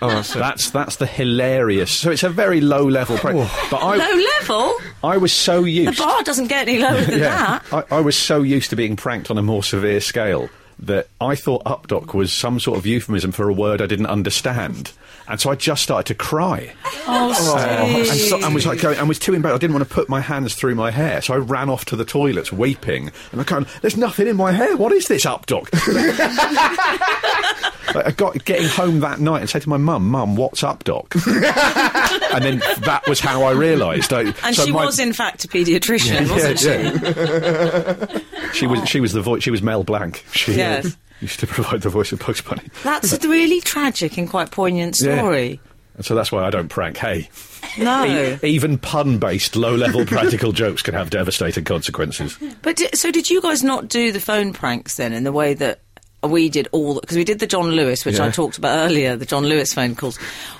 that's it. That's that's the hilarious. So it's a very low level. Pre- but I Low level? I was so The used. bar doesn't get any lower than Yeah, that. I, I was so used to being pranked on a more severe scale that I thought updock was some sort of euphemism for a word I didn't understand, and so I just started to cry. Oh, Uh, and, Steve. so, and was like going, and was too embarrassed. I didn't want to put my hands through my hair, so I ran off to the toilets weeping. And I kind of, there's nothing in my hair. What is this up doc? Like, I got getting home that night and said to my mum, "Mum, what's up doc?" and then that was how I realised. I- And so she my- was, in fact, a paediatrician, Yeah, wasn't she? yeah. she was. She was the voice. She was Mel Blanc. She uh, Yes. used to provide the voice of Bugs Bunny. That's a really tragic and quite poignant Yeah. story. And so that's why I don't prank. Hey. No. Even pun-based, low-level practical jokes can have devastating consequences. But di- so did you guys not do the phone pranks then in the way that we did all because we did the John Lewis, which I Yeah. talked about earlier, the John Lewis phone calls.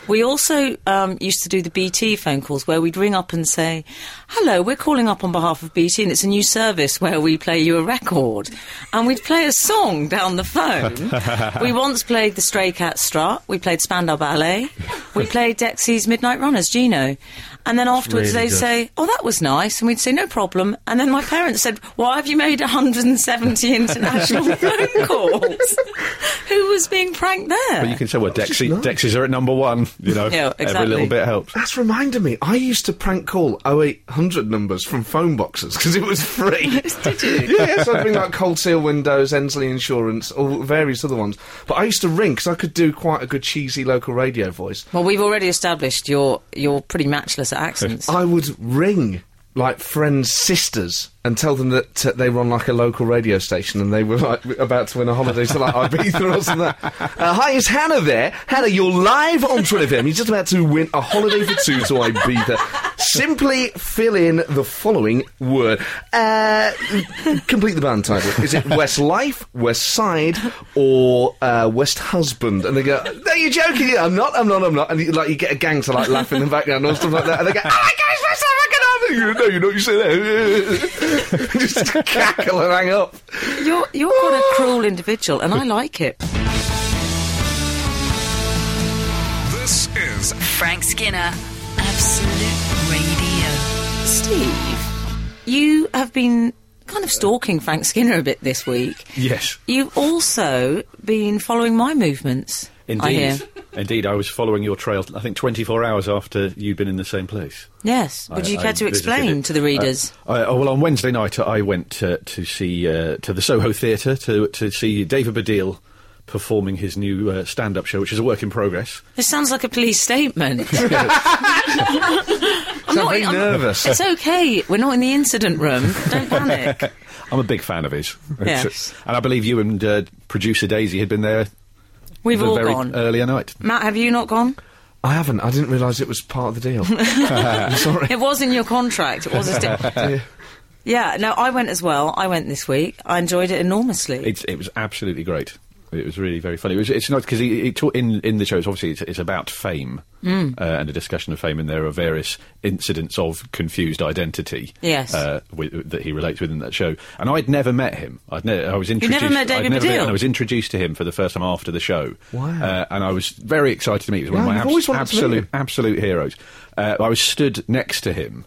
We also um, used to do the BT phone calls where we'd ring up and say, "Hello, we're calling up on behalf of BT, and it's a new service where we play you a record." And we'd play a song down the phone. we once played the Stray Cat Strut. We played Spandau Ballet. We played Dexy's Midnight Runners, Gino. And then afterwards really they'd good. say, oh, that was nice. And we'd say, no problem. And then my parents said, why have you made 170 international phone calls? Who was being pranked there? But you can say, well, Dexy, nice. Dexys are at number one. You know, Yeah, every exactly. little bit helps. That's reminded me. I used to prank call 0800 numbers from phone boxes because it was free. Did you? Yeah, so I'd ring like Cold Seal Windows, Ensley Insurance, or various other ones. But I used to ring because I could do quite a good cheesy local radio voice. well, we've already established you're, you're pretty matchless at accents. I would ring like friends' sisters and tell them that uh, they were on like a local radio station and they were like about to win a holiday to like Ibiza or something. Uh, hi, is Hannah there? Hannah, you're live on Trill FM. You're just about to win a holiday for two to Ibiza. Simply fill in the following word. Uh, complete the band title. Is it West Life, West Side, or uh, West Husband? And they go, No, you're joking. I'm not. I'm not. I'm not. And you, like you get a gang to like laugh in the background or stuff like that. And they go, Oh my gosh, West Life, I can have it." You, no, you're not. You say that. Just cackle and hang up. You're, you're quite a cruel individual, and I like it. This is Frank Skinner, Absolute Radio. Steve, you have been kind of stalking Frank Skinner a bit this week. Yes, You've also been following my movements. indeed, I hear. indeed. I was following your trail. I think 24 hours after you'd been in the same place. Yes. Would I- you I care to visited explain it. to the readers? Uh, I- oh, well, on Wednesday night, I went uh, to see uh, to the Soho Theatre to to see David Baddiel performing his new uh, stand-up show, which is a work in progress. this sounds like a police statement. I'm I'm very nervous. It's okay. We're not in the incident room. Don't panic. I'm a big fan of his. Yeah. and I believe you and uh, producer Daisy had been there We've the all very uh, gone. earlier night. Matt, have you not gone? I haven't. I didn't realise it was part of the deal. I'm sorry. It was in your contract. It was a sti- Yeah, no, I went as well. I went this week. I enjoyed it enormously. It's, it was absolutely great. It was really very funny. It was, it's not because he, he taught in in the show. It's obviously it's, it's about fame Mm. uh, and a discussion of fame, and there are various incidents of confused identity. Yes. uh, with, that he relates with in that show. And I'd never met him. I'd ne- I was never introduced. met I'd David never met- Baddiel? and I was introduced to him for the first time after the show. Wow. Uh, and I was very excited to meet. him. He was one Yeah, of you've my abs- always wanted to meet absolute him. absolute heroes. Uh, I was stood next to him,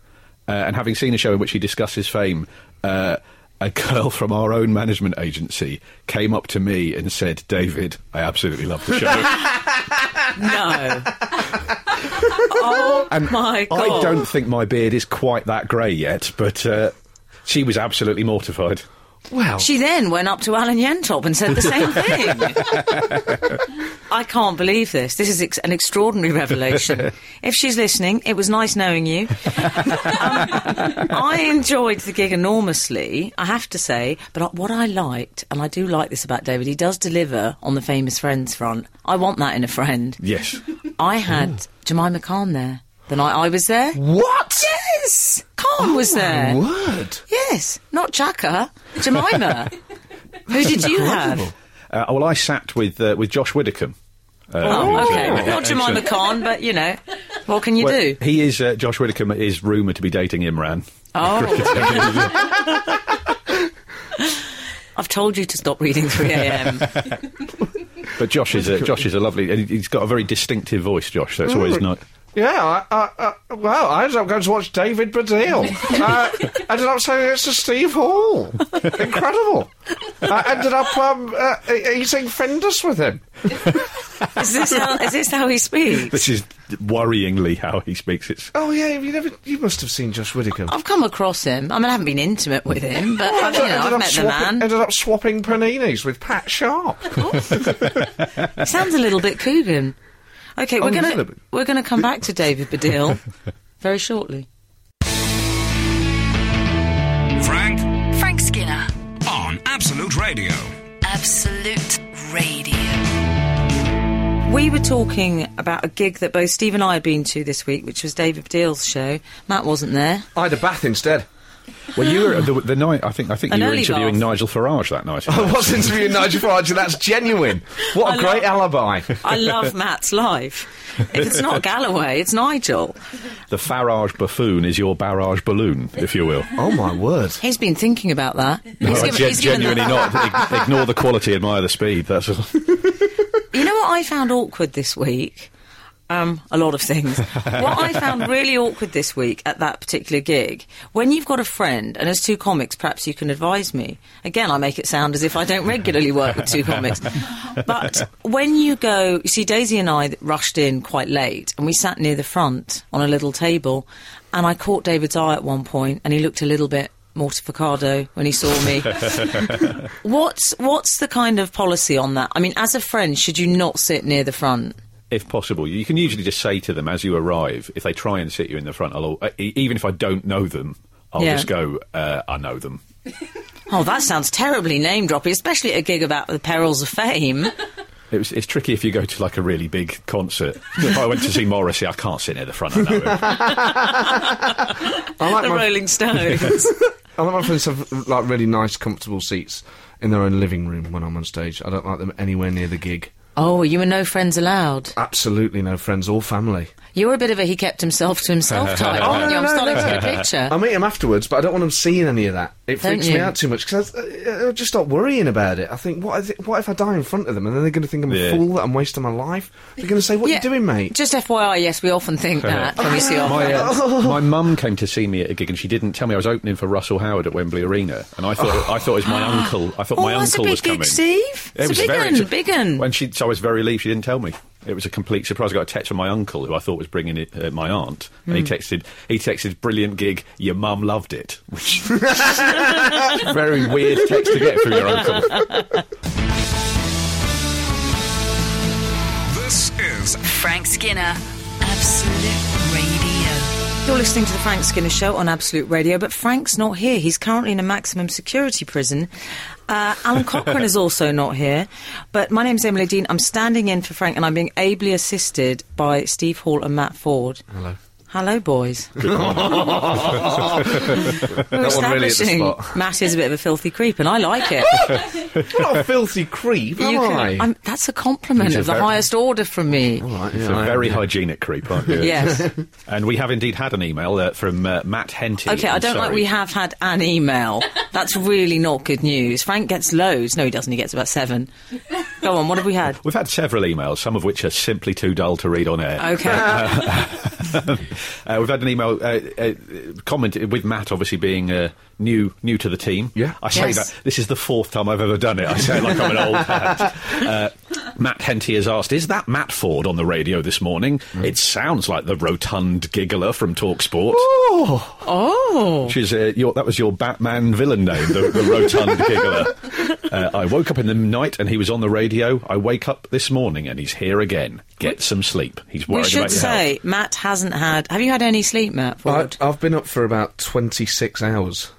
uh, and having seen a show in which he discusses fame, uh, a girl from our own management agency came up to me and said, David, I absolutely love the show. No. oh my god! I don't think my beard is quite that grey yet, but uh, she was absolutely mortified. Well, She then went up to Alan Yentop and said the same thing. I can't believe this. This is ex- an extraordinary revelation. If she's listening, it was nice knowing you. Um, I enjoyed the gig enormously, I have to say, but I- what I liked, and I do like this about David, he does deliver on the famous friends front. I want that in a friend. Yes. I had Jemima Khan there the night I was there. what? Oh. Yes! Khan was there. Word. Yes, not Chaka, Jemima. Who did you have? Uh, well, I sat with uh, with Josh Widdicombe. Uh, Oh, who's, uh, okay. Not Jemima Khan, but you know, what can you Well, do? He is uh, Josh Widdicombe is rumoured to be dating Imran. Oh, I've told you to stop reading 3 a.m. but Josh is a, Josh is a lovely. and He's got a very distinctive voice, Josh. So Mm. it's always nice. Yeah, I, I, I, well, I ended up going to watch David Baddiel. uh, ended up saying it's to Steve Hall. Incredible. I ended up um, uh, e- eating Findus with him. Is this how, is this how he speaks? This is worryingly how he speaks. It's Oh yeah, you never, you must have seen Josh Widdicombe. I've come across him. I mean, I haven't been intimate with him, but I you know, ended, I've up met the swapping, man. ended up swapping paninis with Pat Sharp. He sounds a little bit Coogan. Okay, we're Oh, he's a little gonna bit- we're gonna come back to David Baddiel very shortly. Frank Frank Skinner. on Absolute Radio. Absolute Radio. We were talking about a gig that both Steve and I had been to this week, which was David Deal's show. Matt wasn't there. I had a bath instead. well, you were the, the night. I think I think An you were early interviewing bath. Nigel Farage that night. I was interviewing Nigel Farage, and that's genuine. What I a great alibi. I love Matt's life. If it's not Galloway, it's Nigel. the Farage buffoon is your barrage balloon, if you will. Oh my word. He's been thinking about that. he's No, given- gen- he's given genuinely the- not. Ig- Ignore the quality, admire the speed. That's all. You know what I found awkward this week? Um, a lot of things. what I found really awkward this week at that particular gig, when you've got a friend, and as two comics, perhaps you can advise me. Again, I make it sound as if I don't regularly work with two comics. But when you go, you see, Daisy and I rushed in quite late, and we sat near the front on a little table, and I caught David's eye at one point, and he looked a little bit mortificado when he saw me. What's what's the kind of policy on that? I mean, as a friend, should you not sit near the front? if possible, you can usually just say to them as you arrive. If they try and sit you in the front, I'll al- uh, e- even if I don't know them, I'll Yeah. just go. Uh, I know them. Oh, that sounds terribly name droppy, especially at a gig about the perils of fame. It was, it's tricky if you go to like a really big concert. if I went to see Morrissey, I can't sit near the front. I know him. I like the my Rolling Stones. I like my friends have like really nice, comfortable seats in their own living room when I'm on stage. I don't like them anywhere near the gig. oh, you were no friends allowed. Absolutely no friends or family. You were a bit of a he kept himself to himself type. Oh, weren't no, you? I'm no, starting no. Um, to get a picture. I meet them afterwards, but I don't want them seeing any of that. It Don't freaks you? me out too much because I, uh, I, I just start worrying about it. I think, what, is it, what if I die in front of them and then they're going to think I'm Yeah. a fool that I'm wasting my life? They're going to say, "What Yeah. are you doing, mate?" Just FYI, yes, we often think that when we see our my, friends. uh, my mum came to see me at a gig, and she didn't tell me I was opening for Russell Howard at Wembley Arena. And I thought I thought it was my uncle. I thought Oh, my that's a uncle big was gig, coming. Steve. It's a big un, big un. When she, so I was very relieved she didn't tell me. It was a complete surprise. I got a text from my uncle, who I thought was bringing it, uh, my aunt, and he Hmm. texted, he texted, "Brilliant gig, your mum loved it." Which very weird text to get from your uncle. This is Frank Skinner. Absolute Radio. You're listening to the Frank Skinner Show on Absolute Radio, but Frank's not here. He's currently in a maximum security prison. Uh, Alan Cochrane is also not here, but my name's Emily Dean. I'm standing in for Frank, and I'm being ably assisted by Steve Hall and Matt Ford. Hello. Hello, boys. We're That one really at the establishing spot. Matt is a bit of a filthy creep, and I like it. I'm not a filthy creep, am You can- I? I'm- that's a compliment He's a of the very- highest order from me. Right, It's yeah, a I am, very yeah. hygienic creep, aren't you? Yes. And we have indeed had an email uh, from uh, Matt Henty. Okay, I I'm don't sorry. like we have had an email. That's really not good news. Frank gets loads. No, he doesn't. He gets about seven. Go on, what have we had? We've had several emails, some of which are simply too dull to read on air. Okay. Uh, we've had an email uh, uh, comment with Matt, obviously being uh, new new to the team. Yeah. I say Yes. that this is the fourth time I've ever done it. I say it like I'm an old hat. Uh, Matt Henty has asked, "Is that Matt Ford on the radio this morning? It sounds like the rotund giggler from Talksport." oh. Which is uh, your, that was your Batman villain name, the, the rotund giggler. Uh, I woke up in the night and he was on the radio. I wake up this morning and he's here again. Get some sleep. He's worried We should about your health. say Matt hasn't had. Have you had any sleep, Matt? I, Ford? I've been up for about 26 hours.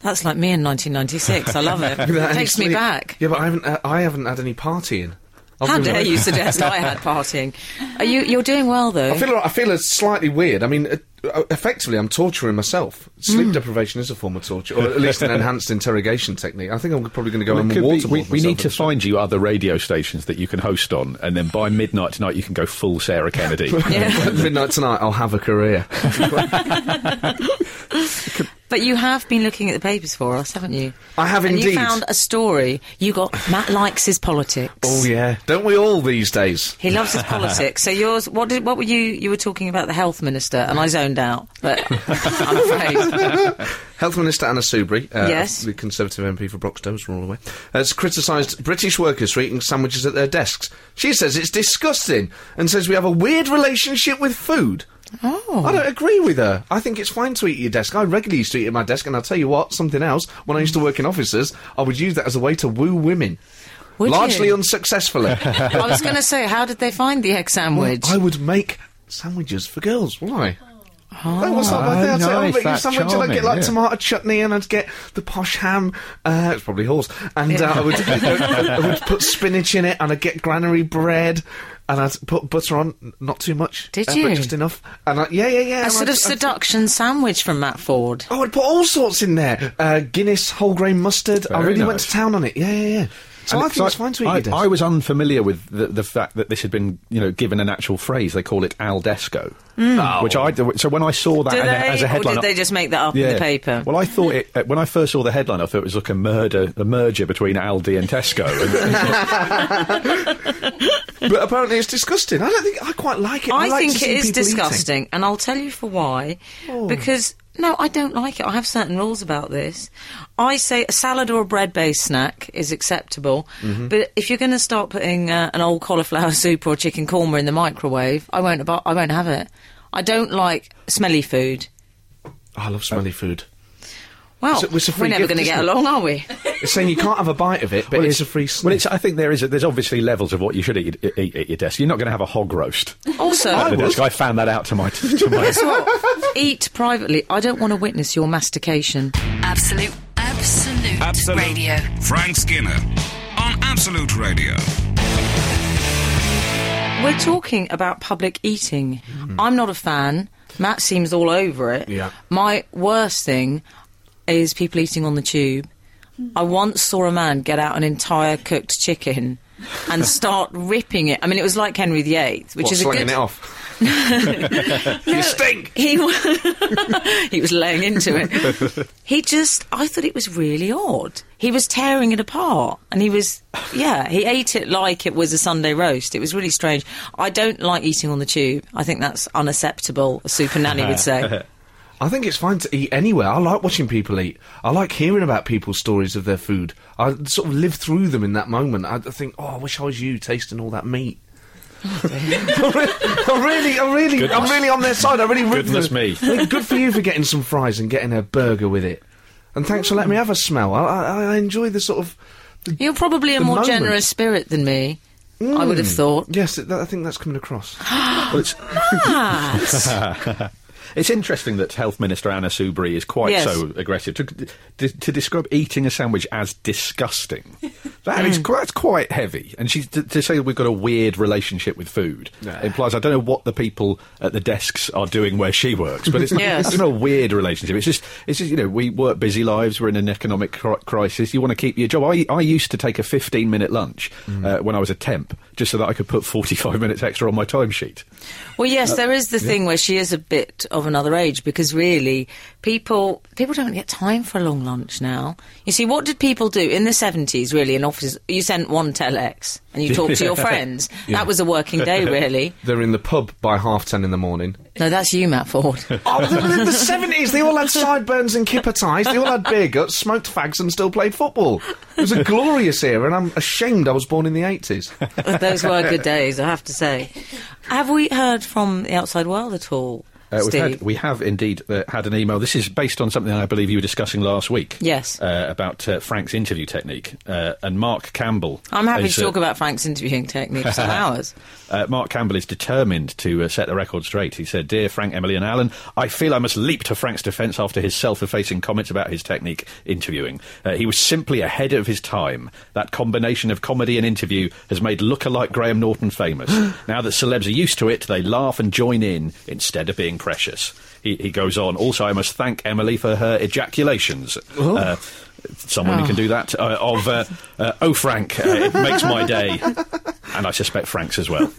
That's like me in 1996. I love it. Without it any takes me sleep. back. Yeah, but I haven't, uh, I haven't had any partying. I've How been dare like- you suggest I had partying? Are you? You're doing well though. I feel, I feel it's slightly weird. I mean, uh, uh, effectively, I'm torturing myself. Sleep Mm. deprivation is a form of torture, or at least an enhanced interrogation technique. I think I'm probably going to go Well, on it could waterboard be- we, we need myself to at this find you other radio stations that you can host on, and then by midnight tonight you can go full Sarah Kennedy. point. At midnight tonight, I'll have a career. But you have been looking at the papers for us, haven't you? I have And indeed. you found a story. You got Matt likes his politics. oh yeah, don't we all these days? He loves his politics. So yours, what did, what were you? You were talking about the health minister, and I zoned out. But I'm afraid. Health Minister Anna Soubry, uh, Yes. the Conservative MP for Broxtones, we're all aware, has criticised British workers for eating sandwiches at their desks. She says it's disgusting and says we have a weird relationship with food. Oh. I don't agree with her. I think it's fine to eat at your desk. I regularly used to eat at my desk, and I'll tell you what, something else, when I used to work in offices, I would use that as a way to woo women. Would largely you? unsuccessfully. I was going to say, how did they find the egg sandwich? I would make sandwiches for girls. Why? That was not Oh, bad. I'd say, nice, I'd make you a that's sandwich and I'd get charming, like yeah. tomato chutney and I'd get the posh ham. Uh, it's probably horse. And uh, I, would, I would put spinach in it and I'd get granary bread and I'd put butter on. n- Not too much. Did uh, you? But just enough. And I, yeah, yeah, yeah. a and sort I'd- of seduction sandwich from Matt Ford. I'd- oh, I'd put all sorts in there. Uh, Guinness, whole grain mustard. I Very really went nice. to town on it. Yeah, yeah, yeah. So Oh, And I think it's fine to eat I, your desk. I was unfamiliar with the, the fact that this had been, you know, given an actual phrase. They call it al desco, which I so when I saw that Do and- they, as a headline, or Mm. did I- they just make that up in the paper? Well, I thought it uh, when I first saw the headline. I thought it was like a murder, a merger between Aldi and Tesco. And, but apparently it's disgusting. I don't think I quite like it. I, I, like to think it see is people eating. Oh. disgusting, and I'll tell you for why. Because no, I don't like it. I have certain rules about this. I say a salad or a bread-based snack is acceptable, Mm-hmm. but if you're going to start putting uh, an old cauliflower soup or chicken korma in the microwave, I won't. About, I won't have it. I don't like smelly food. Oh, I love smelly food. Well, It's a- it's a free we're never gift, going to isn't get it? along, are we? It's saying you can't have a bite of it, but it's, a free snack. Well, it's, I think there is. A, there's obviously levels of what you should eat, eat at your desk. You're not going to have a hog roast. Also, at the desk. I found that out to my to my eat privately. I don't want to witness your mastication. Absolute, absolute, Absolute. radio. Frank Skinner on Absolute Radio. We're talking about public eating. I'm not a fan. Matt seems all over it. Mm. Yeah. My worst thing is people eating on the tube. I once saw a man get out an entire cooked chicken and start ripping it. I mean, it was like Henry VIII, which What, is a slinging good. it off. you stink. He w- he was laying into it. He just, I thought it was really odd. He was tearing it apart, and he was, yeah, he ate it like it was a Sunday roast. It was really strange. I don't like eating on the tube. I think that's unacceptable. A super nanny would say. I think it's fine to eat anywhere. I like watching people eat. I like hearing about people's stories of their food. I sort of live through them in that moment. I think, oh, I wish I was you tasting all that meat. I really, I really, I'm really on their side. I really root Goodness for- me. Like, Good for you for getting some fries and getting a burger with it. And thanks for letting me have a smell. I, I, I enjoy the sort of. The, You're probably a The more moment. Mm. generous spirit than me. I would have thought. yes, that, I think that's coming across. Well, it's, Ah, it's interesting that Health Minister Anna Soubry is quite Yes. so aggressive to, to, to describe eating a sandwich as disgusting. That Mm. is qu- that's quite heavy, and she's to, to say we've got a weird relationship with food implies I don't know what the people at the desks are doing where she works, but it's not, Yes. it's not a weird relationship. It's just it's just you know we work busy lives. We're in an economic cri- crisis. You want to keep your job. I I used to take a fifteen minute lunch uh, when I was a temp just so that I could put 45 minutes extra on my timesheet. Well, yes, there is the thing where she is a bit of another age because really, people people don't get time for a long lunch now. You see, what did people do in the seventies? Really, in offices, you sent one telex and you talked to your friends. That was a working day, really. They're in the pub by half ten in the morning. No, that's you, Matt Ford. Oh, they were in the seventies. They all had sideburns and kipper ties. They all had beer guts, smoked fags, and still played football. It was a glorious era, and I'm ashamed I was born in the eighties. Those were good days, I have to say. Have we heard from the outside world at all, Uh, we've Steve? had, we have indeed uh, had an email. This is based on something I believe you were discussing last week. Yes. Uh, about uh, Frank's interview technique. Uh, and Mark Campbell. I'm happy is, to talk uh, about Frank's interviewing technique for some hours. Uh, Mark Campbell is determined to uh, set the record straight. He said, Dear Frank, Emily, and Alan, I feel I must leap to Frank's defence after his self effacing comments about his technique interviewing. Uh, he was simply ahead of his time. That combination of comedy and interview has made look-alike Graham Norton famous. now that celebs are used to it, they laugh and join in instead of being precious. He, he goes on, Also, I must thank Emily for her ejaculations. Uh, Someone who can do that uh, of uh, uh, oh Frank, uh, it makes my day, and I suspect Frank's as well.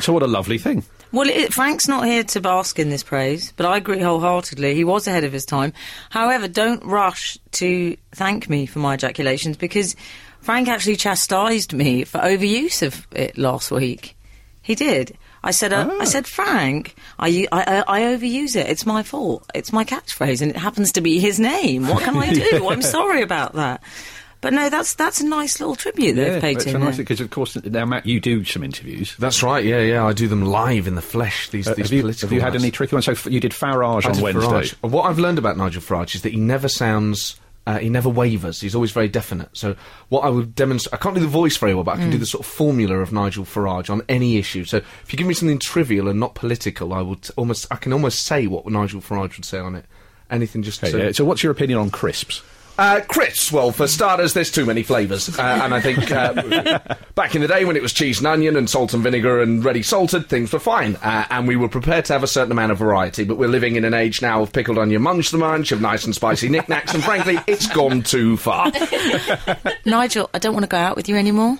So what a lovely thing! Well, it, Frank's not here to bask in this praise, but I agree wholeheartedly. He was ahead of his time. However, don't rush to thank me for my ejaculations because Frank actually chastised me for overuse of it last week. He did. I said, uh, Ah. I said, Frank, I, u- I- I- I overuse it. It's my fault. It's my catchphrase, and it happens to be his name. What can I do? I'm sorry about that. But no, that's that's a nice little tribute they've paid it's to a him. nice there. because of course now Matt, you do some interviews. That's right. Yeah, yeah. I do them live in the flesh. These, Uh, these have, you, political. have you had ads. any tricky ones? So f- you did Farage on Nigel Wednesday. Farage. What I've learned about Nigel Farage is that he never sounds. Uh, he never wavers. He's always very definite. So what I would demonstrate, I can't do the voice very well, but I can do the sort of formula of Nigel Farage on any issue. So if you give me something trivial and not political, I would almost, I can almost say what Nigel Farage would say on it. Anything just Okay, to, yeah. So what's your opinion on crisps? uh, crisps, well, for starters, there's too many flavours. Uh, and I think uh, back in the day when it was cheese and onion and salt and vinegar and ready salted, things were fine. Uh, and we were prepared to have a certain amount of variety. But we're living in an age now of pickled onion munch the munch, of nice and spicy knickknacks. And frankly, it's gone too far. Nigel, I don't want to go out with you anymore.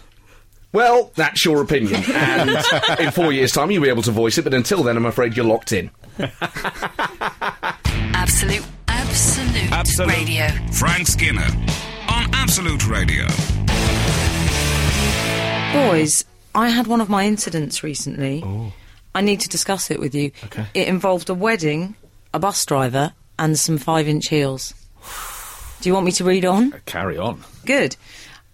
Well, that's your opinion. And in four years' time, you'll be able to voice it. But until then, I'm afraid you're locked in. Absolute, absolute, Absolute. radio. Frank Skinner on Absolute Radio. Boys, I had one of my incidents recently. I need to discuss it with you. Okay. It involved a wedding, a bus driver, and some five inch heels. Do you want me to read on? Carry on. Good.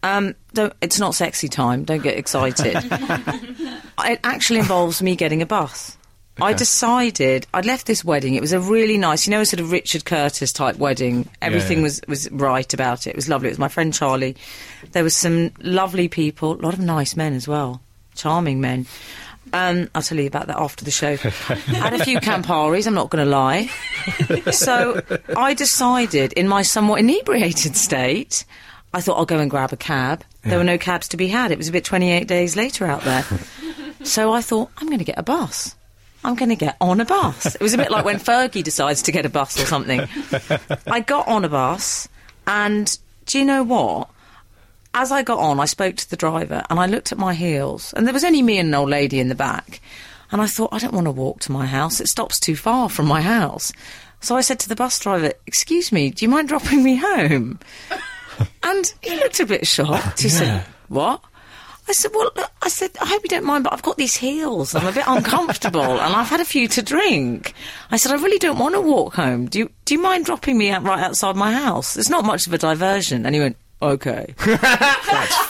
Um, don't, it's not sexy time. Don't get excited. it actually involves me getting a bus. I decided I'd left this wedding. It was a really nice, you know, a sort of Richard Curtis type wedding. Everything yeah. was was right about it. It was lovely. It was my friend Charlie. There was some lovely people, a lot of nice men as well, charming men. Um, I'll tell you about that after the show. Had a few Camparis. I'm not going to lie. so I decided, in my somewhat inebriated state, I thought I'll go and grab a cab. There were no cabs to be had. It was a bit 28 days later out there. so I thought, I'm going to get a bus. I'm going to get on a bus. It was a bit like when Fergie decides to get a bus or something. I got on a bus, and do you know what? As I got on, I spoke to the driver and I looked at my heels, and there was only me and an old lady in the back. And I thought, I don't want to walk to my house. It stops too far from my house. So I said to the bus driver, Excuse me, do you mind dropping me home? and he looked a bit shocked. He said, What? I said, Well, look," I said, I hope you don't mind, but I've got these heels. I'm a bit uncomfortable and I've had a few to drink. I said, I really don't want to walk home. Do you, do you mind dropping me out right outside my house? It's not much of a diversion. And he went, Okay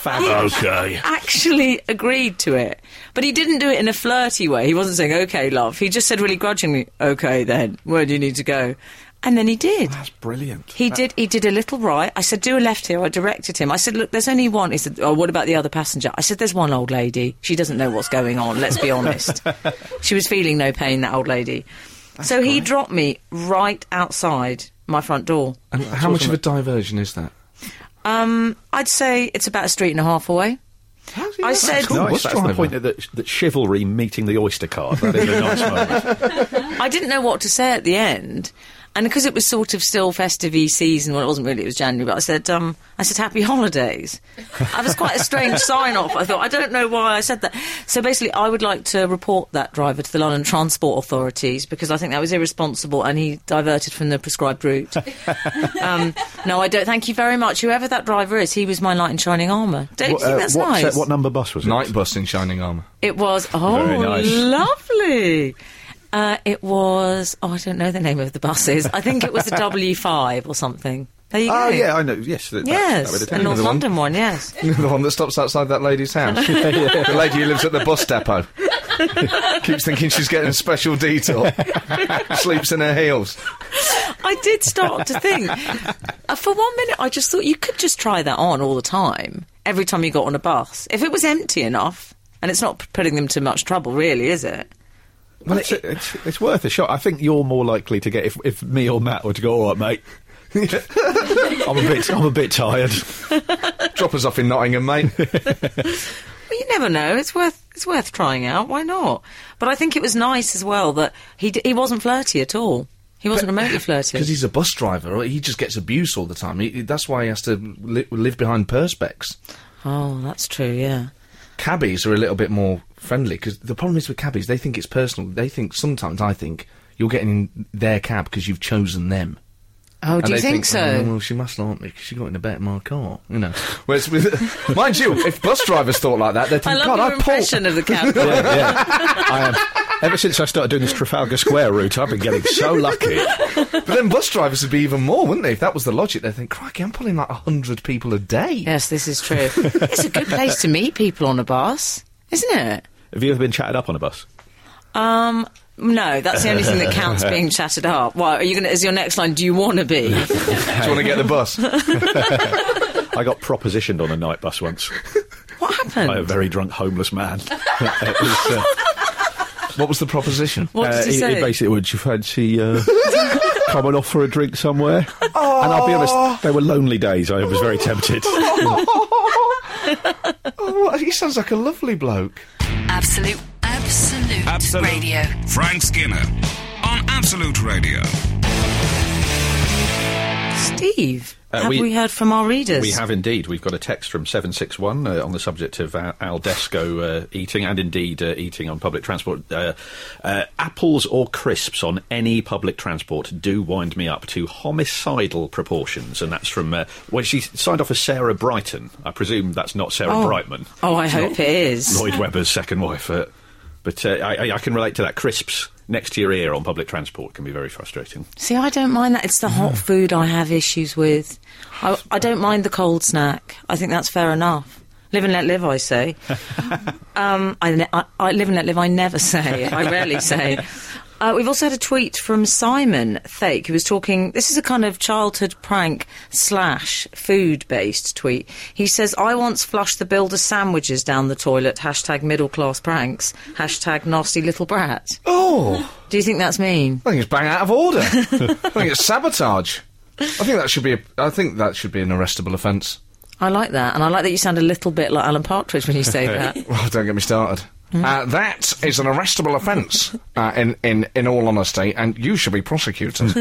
Okay. actually agreed to it. But he didn't do it in a flirty way. He wasn't saying, okay, love. He just said really grudgingly, okay, then, where do you need to go? And then he did. That's brilliant. He did. He did a little right. I said, "Do a left here." I directed him. I said, "Look, there's only one." He said, "Oh, what about the other passenger?" I said, "There's one old lady. She doesn't know what's going on. Let's be honest. she was feeling no pain, that old lady." so he dropped me right outside my front door. And how much of a diversion is that? Um, I'd say it's about a street and a half away. I said, That's nice. That's the point that, that, that chivalry meeting the oyster card. That is a nice moment. I didn't know what to say at the end. And because it was sort of still festive season, well, it wasn't really, it was January, but I said, um, I said, happy holidays. that was quite a strange sign off. I thought, I don't know why I said that. So basically, I would like to report that driver to the London Transport Authorities because I think that was irresponsible and he diverted from the prescribed route. um, no, I don't. Thank you very much. Whoever that driver is, he was my knight in shining armour. Don't you uh, think that's what, nice? what number bus was it? Night bus in shining armour. It was oh Very nice. lovely. Uh, it was oh I don't know the name of the buses. I think it was a W five or something. There you Oh go. yeah, I know. Yes, that, that- that would Yes, have a been North another one. London one. Yes, the one that stops outside that lady's house. The lady who lives at the bus depot. Keeps thinking she's getting a special detour. Sleeps in her heels. I did start to think. Uh, for one minute, I just thought you could just try that on all the time. Every time you got on a bus, if it was empty enough, and it's not p- putting them to much trouble, really, is it? Well, it's, it's, it's worth a shot. I think you're more likely to get if, if me or Matt were to go. All right, mate. I'm a bit. I'm a bit tired. Drop us off in Nottingham, mate. Well, you never know. It's worth it's worth trying out. Why not? But I think it was nice as well that he d- he wasn't flirty at all. He wasn't remotely flirty. Because he's a bus driver. right? He just gets abuse all the time. He, that's why he has to li- live behind perspex. Oh, that's true. Yeah. Cabbies are a little bit more friendly because the problem is with cabbies, they think it's personal. They think sometimes, I think, you're getting in their cab because you've chosen them. Oh, do And you they think, "Oh, so? well, she must like me because she got in a bet in my car, you know. Whereas with, mind you, if bus drivers thought like that, they'd I think, love God, your I pulled. impression of the cab. Yeah, yeah. I have. Ever since I started doing this Trafalgar Square route, I've been getting so lucky. But then bus drivers would be even more, wouldn't they? If that was the logic, they'd think, crikey, I'm pulling like 100 people a day. yes, this is true. it's a good place to meet people on a bus, isn't it? Have you ever been chatted up on a bus? Um. No, that's the only thing that counts being chatted up. Why are you going to? Is your next line? Do you want to be? Do you want to get the bus? I got propositioned on a night bus once by What a happened? very drunk homeless man. It was, uh, what was the proposition? What Uh, did he, he he say? basically went, "Do you fancy uh, coming off for a drink somewhere? And I'll be honest, they were lonely days. I was very tempted. Oh, he sounds like a lovely bloke. Absolute, absolute, Absolute. radio. Frank Skinner on Absolute Radio. Steve, Uh, have we, we- heard from our readers? we have indeed. We've got a text from 761 uh, on the subject of uh, Al Desco uh, eating and indeed uh, eating on public transport. Uh, uh, apples or crisps on any public transport do wind me up to homicidal proportions. And that's from, uh, well, she signed off as Sarah Brighton. I presume that's not Sarah Oh. Brightman. Oh, I hope it is. Lloyd Webber's second wife. Uh, but uh, I, I- I can relate to that. Crisps next to your ear on public transport can be very frustrating. See, I don't mind that. It's the hot food I have issues with. I, I don't mind the cold snack. I think that's fair enough. Live and let live, I say. um, I, ne- I, I live and let live. I never say. I rarely say. Uh, we've also had a tweet from Simon Thake, who was talking. This is a kind of childhood prank slash food based tweet. He says, "I once flushed the builder sandwiches down the toilet." Hashtag middle class pranks. Hashtag nasty little brat. Oh, Do you think that's mean? I think it's bang out of order. I think it's sabotage. I think that should be. A, I think that should be an arrestable offence. I like that, and I like that you sound a little bit like Alan Partridge when you say that. Oh, don't get me started. Hmm? Uh, that is an arrestable offence. Uh, in in in all honesty, and you should be prosecuted.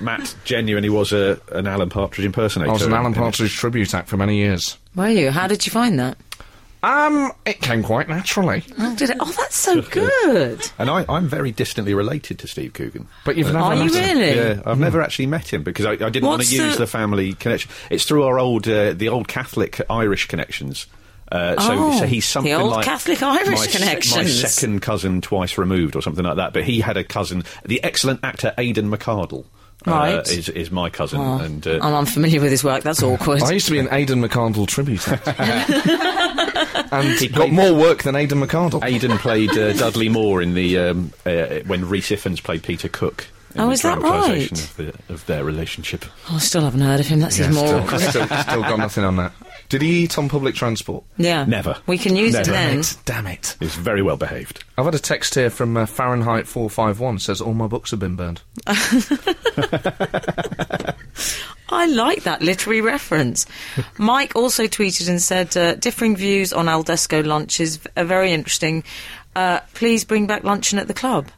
Matt genuinely was a, an Alan Partridge impersonator. I was an Alan And- and- Partridge tribute act for many years. Were you? How did you find that? Um, it came quite naturally. Oh, did it? Oh, that's so uh, good. And I, I'm very distantly related to Steve Coogan. But you've never Are you met him. really? Yeah, I've never actually met him because I, I didn't want What's uh, to use the- the family connection. It's through our old, uh, the old Catholic Irish connections. Uh, Oh, so, so the he's something old like Catholic Irish my se- my connections. second cousin twice removed, or something like that. But he had a cousin, the excellent actor Aidan McArdle, uh, Right. is, is my cousin, Oh, and I'm uh, unfamiliar with his work. That's awkward. I used to be an Aidan McArdle tribute act, and He got played- more work than Aidan Oh. McArdle. Aidan played uh, Dudley Moore in the um, uh, when Reese Iffens played Peter Cook. in Oh, the is that dramatisation right? Of, the, of their relationship. Oh, I still haven't heard of him. That's Yeah, even more still, awkward. still, still got nothing on that. Did he eat on public transport? Yeah. Never. We can use Never. it then. Damn it. He's very well behaved. I've had a text here from uh, Fahrenheit 451 says all my books have been burned. I like that literary reference. Mike also tweeted and said, uh, differing views on Aldesco lunches are very interesting. Uh, please bring back luncheon at the club.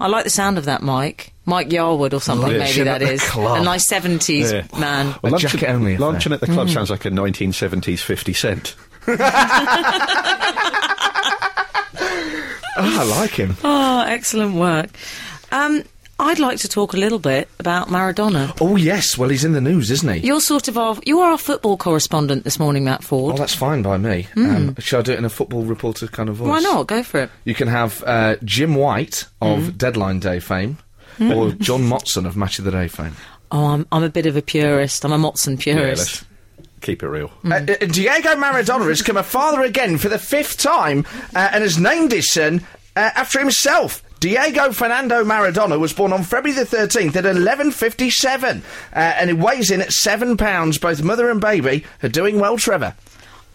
I like the sound of that, Mike. Mike Yarwood or something, Luncheon maybe at that the is. club. A nice 70s Yeah. man. A jacket only affair. Luncheon at the Mm. club sounds like a 1970s 50 Cent. Ah, I like him. Oh, excellent work. Um, I'd like to talk a little bit about Maradona. Oh yes, well he's in the news, isn't he? You're sort of our, you are our football correspondent this morning, Matt Well, Ford. that's fine by me. Um, shall I do it in a football reporter kind of voice? Hmm. Why not? Hmm. Go for it. You can have uh, Jim White of Deadline Day fame, Hmm. or John Motson of Match of the Day fame. Oh, I'm, I'm a bit of a purist. I'm a Motson Yeah, purist. let's keep it real. Mm, Uh, uh, Diego Maradona has come a father again for the fifth time uh, and has named his son uh, after himself. Diego Fernando Maradona was born on February the 13th at 11.57 uh, and he weighs in at seven pounds. Both mother and baby are doing well, Trevor.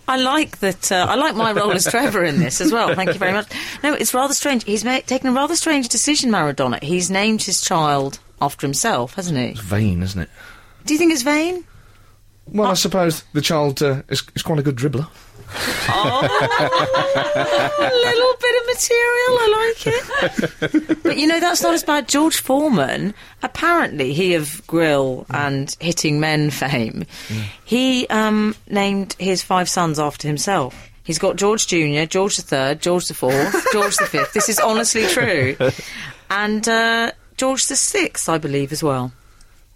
I like that. Uh, I like my role as Trevor in this as well. Thank you very much. No, it's rather strange. He's ma- taken a rather strange decision, Maradona. He's named his child after himself, hasn't he? Vain, isn't it? Do you think it's vain? Well, I suppose the child uh, is, is quite a good dribbler. Oh. a little bit of material. I like it. but you know, that's not as bad. George Foreman, apparently, he of grill and hitting men fame, he um, named his five sons after himself. He's got George Jr., George III, George IV, George V. This is honestly true. And uh, George VI, I believe, as well.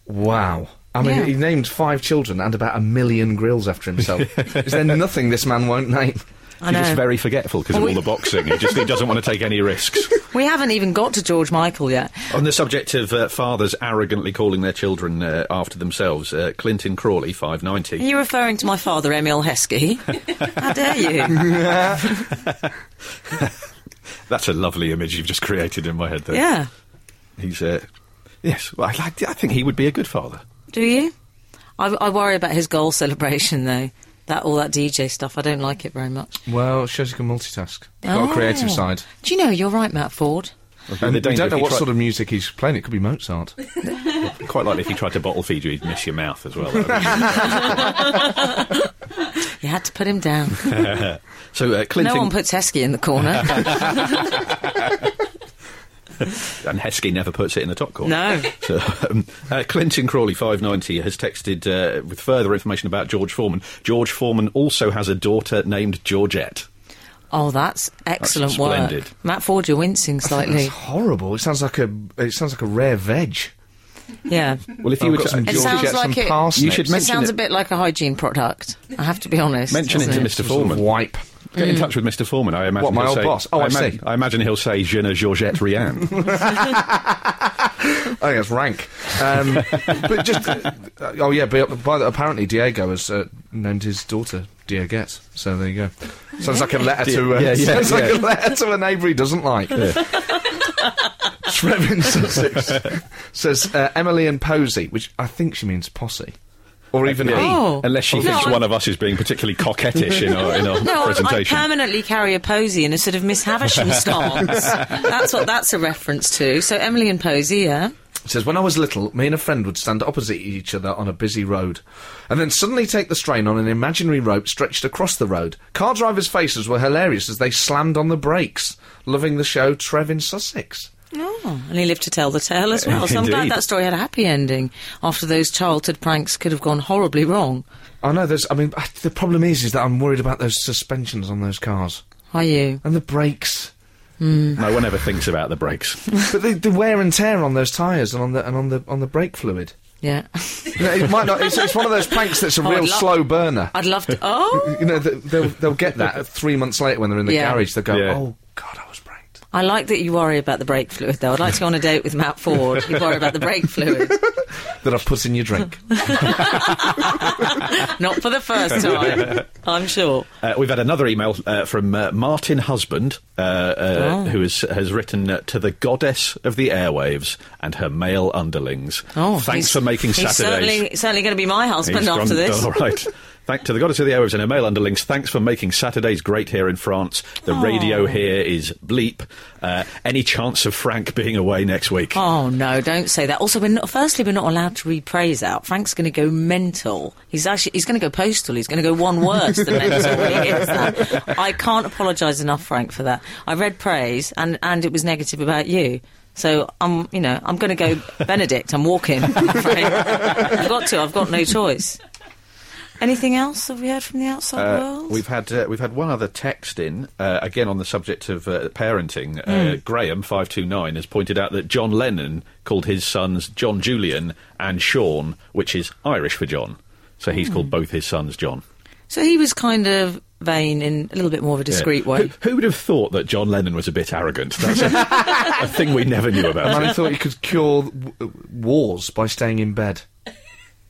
Wow. I mean, Yeah. he named five children and about a million grills after himself. Is there nothing this man won't name? I He's know. just very forgetful because of Well, all we- the boxing. He just he doesn't want to take any risks. we haven't even got to George Michael yet. On the subject of uh, fathers arrogantly calling their children uh, after themselves, uh, Clinton Crawley, 590. Are you referring to my father, Emil Heskey? How dare you? That's a lovely image you've just created in my head there. Yeah. He's, uh, yes, well, I, like- I think he would be a good father. Do you? I, I worry about his goal celebration though. That all that DJ stuff, I don't like it very much. Well, it shows you can multitask. Got a creative Oh. side. Do you know you're right, Matt Ford? And The we danger don't if know he what tried- sort of music he's playing. It could be Mozart. Quite likely if he tried to bottle feed you, he'd miss your mouth as well. That would You had to put him down. be- so uh, no Clinton one puts Heskey in the corner. and Heskey never puts it in the top corner. No. So, um, uh, Clinton Crawley, 590, has texted uh, with further information about George Foreman. George Foreman also has a daughter named Georgette. oh, that's excellent splendid. work, Matt Ford. You're wincing slightly. It's horrible. It sounds like a it sounds like a rare veg. yeah. Well, if I've you were got to some It George sounds Jetson like it- parsnips. You should It mention sounds it. a bit like a hygiene product. I have to be honest. mention it doesn't to Mr. Some sort of Foreman. wipe. Get in Mm. touch with Mr. Foreman. I imagine What, my he'll old say- boss? Oh, I imagine, see. I imagine he'll say Je ne Georgette rien. I think that's Oh, rank. Um, but just uh, oh yeah. But by the, apparently Diego has uh, named his daughter Dieguette. So there you go. Sounds like a letter to uh, Yeah, yeah, sounds like yeah. a letter to a neighbour he doesn't like. Trevor in Sussex says uh, Emily and Posey, which I think she means posse, or even Yeah. E. Oh. Unless she No, thinks I- one of us is being particularly coquettish in our, in our No, I- I presentation. permanently carry a posy in a sort of Miss Havisham stance. that's what that's a reference to. So Emily and Posy, yeah. It says, When I was little, me and a friend would stand opposite each other on a busy road, and then suddenly take the strain on an imaginary rope stretched across the road. Car drivers' faces were hilarious as they slammed on the brakes. Loving the show, Trev in Sussex. Oh, and he lived to tell the tale as well. So I'm glad Indeed. that story had a happy ending after those childhood pranks could have gone horribly wrong. I know there's. I mean, the problem is, is that I'm worried about those suspensions on those cars Are you? and the brakes, No one ever thinks about the brakes. but the, the wear and tear on those tyres and on the and on the on the brake fluid. Yeah. You know, it might not. It's, it's one of those planks that's a I'd real lo- slow burner. I'd love to. Oh! You know, th- they'll they'll get that three months later when they're in the Yeah. garage. They'll go, Yeah. "Oh God, I was braked." I like that you worry about the brake fluid, though. I'd like to go on a date with Matt Ford. You worry about the brake fluid. that I've put in your drink. Not for the first time, I'm sure. Uh, we've had another email uh, from uh, Martin Husband, uh, uh, Oh. who has, has written uh, to the goddess of the airwaves and her male underlings. Oh, Thanks he's- for making he's Saturdays. Certainly, certainly going to be my husband He's after gone- Oh, this. All right. Thank to the goddess of the airwaves and her male underlings. Thanks for making Saturdays great here in France. The Oh. radio here is bleep. Uh, any chance of Frank being away next week? Oh no! Don't say that. Also, we're not. Firstly, we're not allowed to read praise out. Frank's going to go mental. He's actually he's going to go postal. He's going to go one worse than mental. He is that. I can't apologise enough, Frank, for that. I read praise, and and it was negative about you. So I'm, you know, I'm going to go Benedict. I'm walking. I'm afraid. I've got to. I've got no choice. Anything else have we heard from the outside Uh, world? we've had uh, we've had one other text in uh, again on the subject of uh, parenting. Uh, Graham five two nine has pointed out that John Lennon called his sons John Julian and Sean, which is Irish for John. So he's called both his sons John. So he was kind of vain in a little bit more of a Yeah. discreet way. Who, who would have thought that John Lennon was a bit arrogant? That's a, a thing we never knew A man about. who thought he could cure w- w- wars by staying in bed.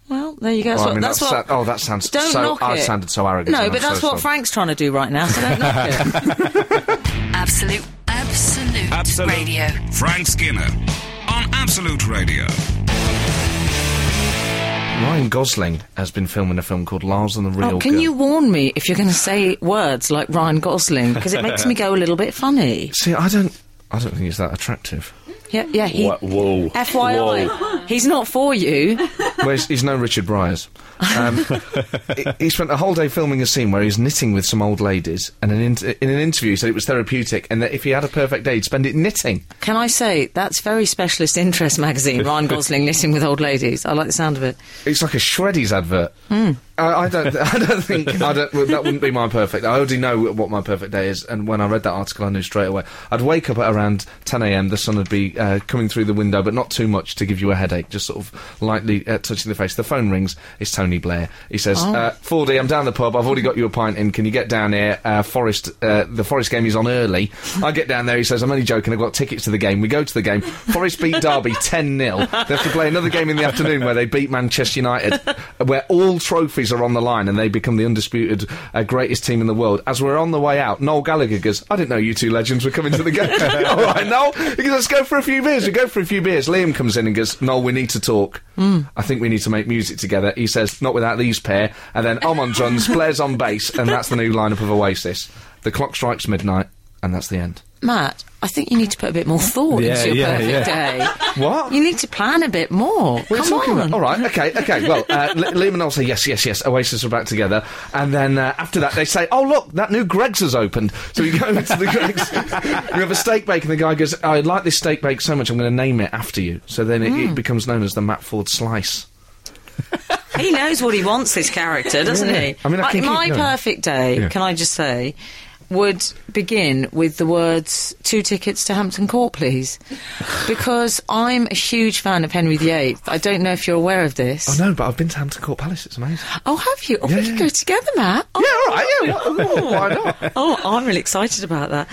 Well, there you go. That's Well, I what- mean, that's that's what- that- oh, that sounds don't so- knock I it. sounded so arrogant, No, and but I'm that's so what sorry. Frank's trying to do right now. So don't knock it. Absolute, absolute, Absolute. radio. Frank Skinner on Absolute Radio. Ryan Gosling has been filming a film called Lars and the Real Oh, can Girl. you warn me if you're going to say words like Ryan Gosling? Because it makes me go a little bit funny. See, I don't, I don't think he's that attractive. Yeah, yeah. He, Wha- whoa. FYI, he's not for you. well, he's, he's no Richard Bryars. Um, he- he spent a whole day filming a scene where he was knitting with some old ladies, and in, an in, in an interview he said it was therapeutic, and that if he had a perfect day, he'd spend it knitting. Can I say that's very specialist interest magazine? Ryan Gosling knitting with old ladies. I like the sound of it. It's like a Shreddies advert. I, I don't. I don't think. I don't. well, that wouldn't be my perfect. I already know what my perfect day is. And when I read that article, I knew straight away. I'd wake up at around 10 a.m. The sun would be uh, coming through the window, but not too much to give you a headache. Just sort of lightly uh, touching the face. The phone rings. It's Tony Blair. He says, uh, "4D, I'm down the pub. I've already got you a pint in. Can you get down here? Uh, Forest. Uh, the Forest game is on early. I get down there. He says, "I'm only joking. I've got tickets to the game. We go to the game. Forest beat Derby 10 0. They have to play another game in the afternoon where they beat Manchester United, where all trophies are on the line and they become the undisputed uh, greatest team in the world. As we're on the way out, Noel Gallagher goes, I didn't know you two legends were coming to the game. all right, Noel. He goes, let's go for a few beers. We go for a few beers. Liam comes in and goes, Noel, we need to talk. I think we need to make music together. He says, not without these pair. And then I'm on drums, Blair's on bass, and that's the new lineup of Oasis. The clock strikes midnight, and that's the end. Matt, I think you need to put a bit more thought Yeah, into your yeah, perfect day. What? You need to plan a bit more. We're Come talking on. about- all right, okay, okay. Well, uh, Li- Liam and I'll say yes, yes, yes. Oasis are back together, and then uh, after that they say, "Oh look, that new Greg's has opened." So we go into the Greg's. we have a steak bake, and the guy goes, "I like this steak bake so much, I'm going to name it after you." So then it, it becomes known as the Matt Ford slice. He knows what he wants, this character, doesn't Yeah. he? I mean, I Like, can keep my going. perfect day, can I just say, would begin with the words two tickets to Hampton Court, please. Because I'm a huge fan of Henry VIII. I don't know if you're aware of Oh this. no, but I've been to Hampton Court Palace. It's amazing. Oh, have you? Oh, we Yeah, could yeah. go together, Matt. Oh, yeah, all right. Yeah, wh- wh- why not? oh, I'm really excited about that.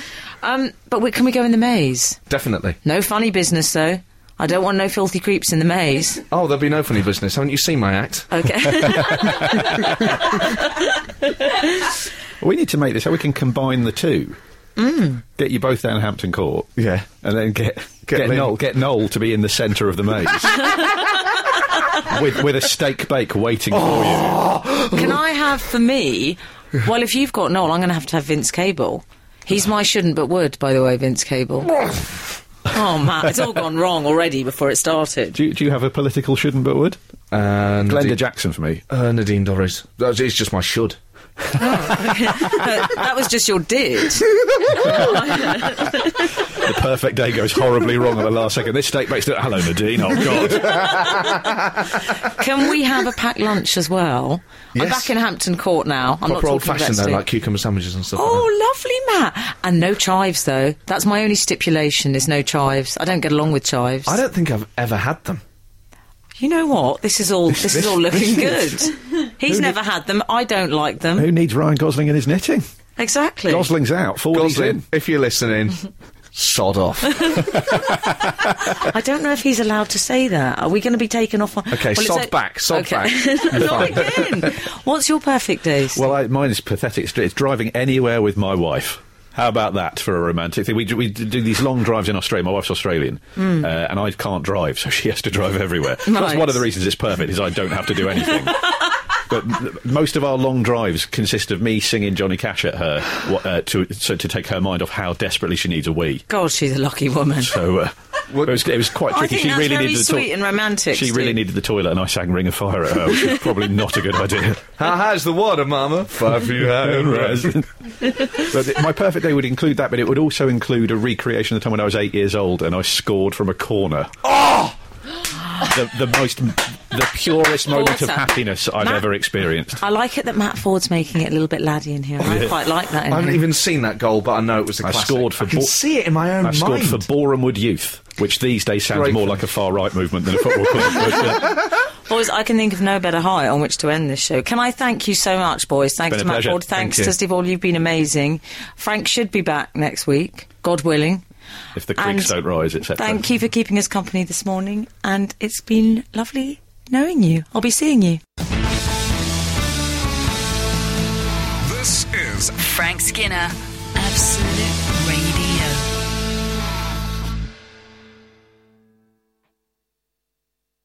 Um, but we, can we go in the maze? Definitely. No funny business, though. I don't want no filthy creeps in the maze. Oh, there'll be no funny business. Haven't you seen my act? Okay. We need to make this so we can combine the two. Get you both down Hampton Court. Yeah. And then get Get get, Lynn. Noel get Noel to be in the centre of the maze. with with a steak bake waiting Can I have for me? Well, if you've got Noel, I'm going to have to have Vince Cable. He's my shouldn't but would, by the way, Vince Cable. oh, Matt, it's all gone wrong already before it started. for you. Do, do you have a political shouldn't but would? Uh, Glenda Nadine, Jackson for me. uh, Nadine Dorries. Uh, It's just my should. that was just your did. The perfect day goes horribly wrong at the last second. This steak bake's hello Nadine. Oh God. Can we have a packed lunch as well? I'm Yes. back in Hampton Court now. I'm Proper not old talking fashioned though, vexing. like cucumber sandwiches and stuff. like that. Oh, lovely, Matt. And no chives, though. That's my only stipulation is no chives. I don't get along with chives. I don't think I've ever had them. You know what? This is all, this, is all looking good. He's never had them. I don't like them. Who needs Ryan Gosling in his knitting? Exactly. Gosling's out. Fordy's in. if you're listening, sod off. I don't know if he's allowed to say that. Are we going to be taken off on? Okay, it's sod back, sod back. You're Not fine. again. What's your perfect days? Well, I, mine is pathetic. It's, it's driving anywhere with my wife. How about that for a romantic thing? We, do- we do these long drives in Australia. My wife's Australian, Hmm. uh, and I can't drive, so she has to drive everywhere. That's Right. one of the reasons it's perfect is I don't have to do anything. But m- most of our long drives consist of me singing Johnny Cash at her wha- uh, to, so to take her mind off how desperately she needs a wee. God, she's a lucky woman. So uh, It was, it was quite Oh, I tricky. think she that's really very needed the sweet and romantic, She really Steve. needed the toilet, and I sang "Ring of Fire" at her, which was probably not a good idea. How high's the water, Mama? Five feet high and rising. But it- my perfect day would include that, but it would also include a recreation of the time when I was eight years old and I scored from a corner. Oh! The, the most, the purest moment of Awesome. happiness I've Matt- ever experienced. I like it that Matt Ford's making it a little bit laddie in here. Oh, I quite like that. In I haven't him. even seen that goal, but I know it was a I classic. scored for I can Bo- see it in my own I scored mind. for Boreham Wood Youth, which these days sounds Great more for- like a far right movement than a football club. But, uh, Boys, I can think of no better high on which to end this show. Can I thank you so much, boys? Thanks Been a to Matt pleasure. Ford. Thanks Thank you. to Steve All. You've been amazing. Frank should be back next week, God willing. if the creeks don't And rise, etc. Thank you for keeping us company this morning, and it's been lovely knowing you. I'll be seeing you. This is Frank Skinner, Absolute Radio.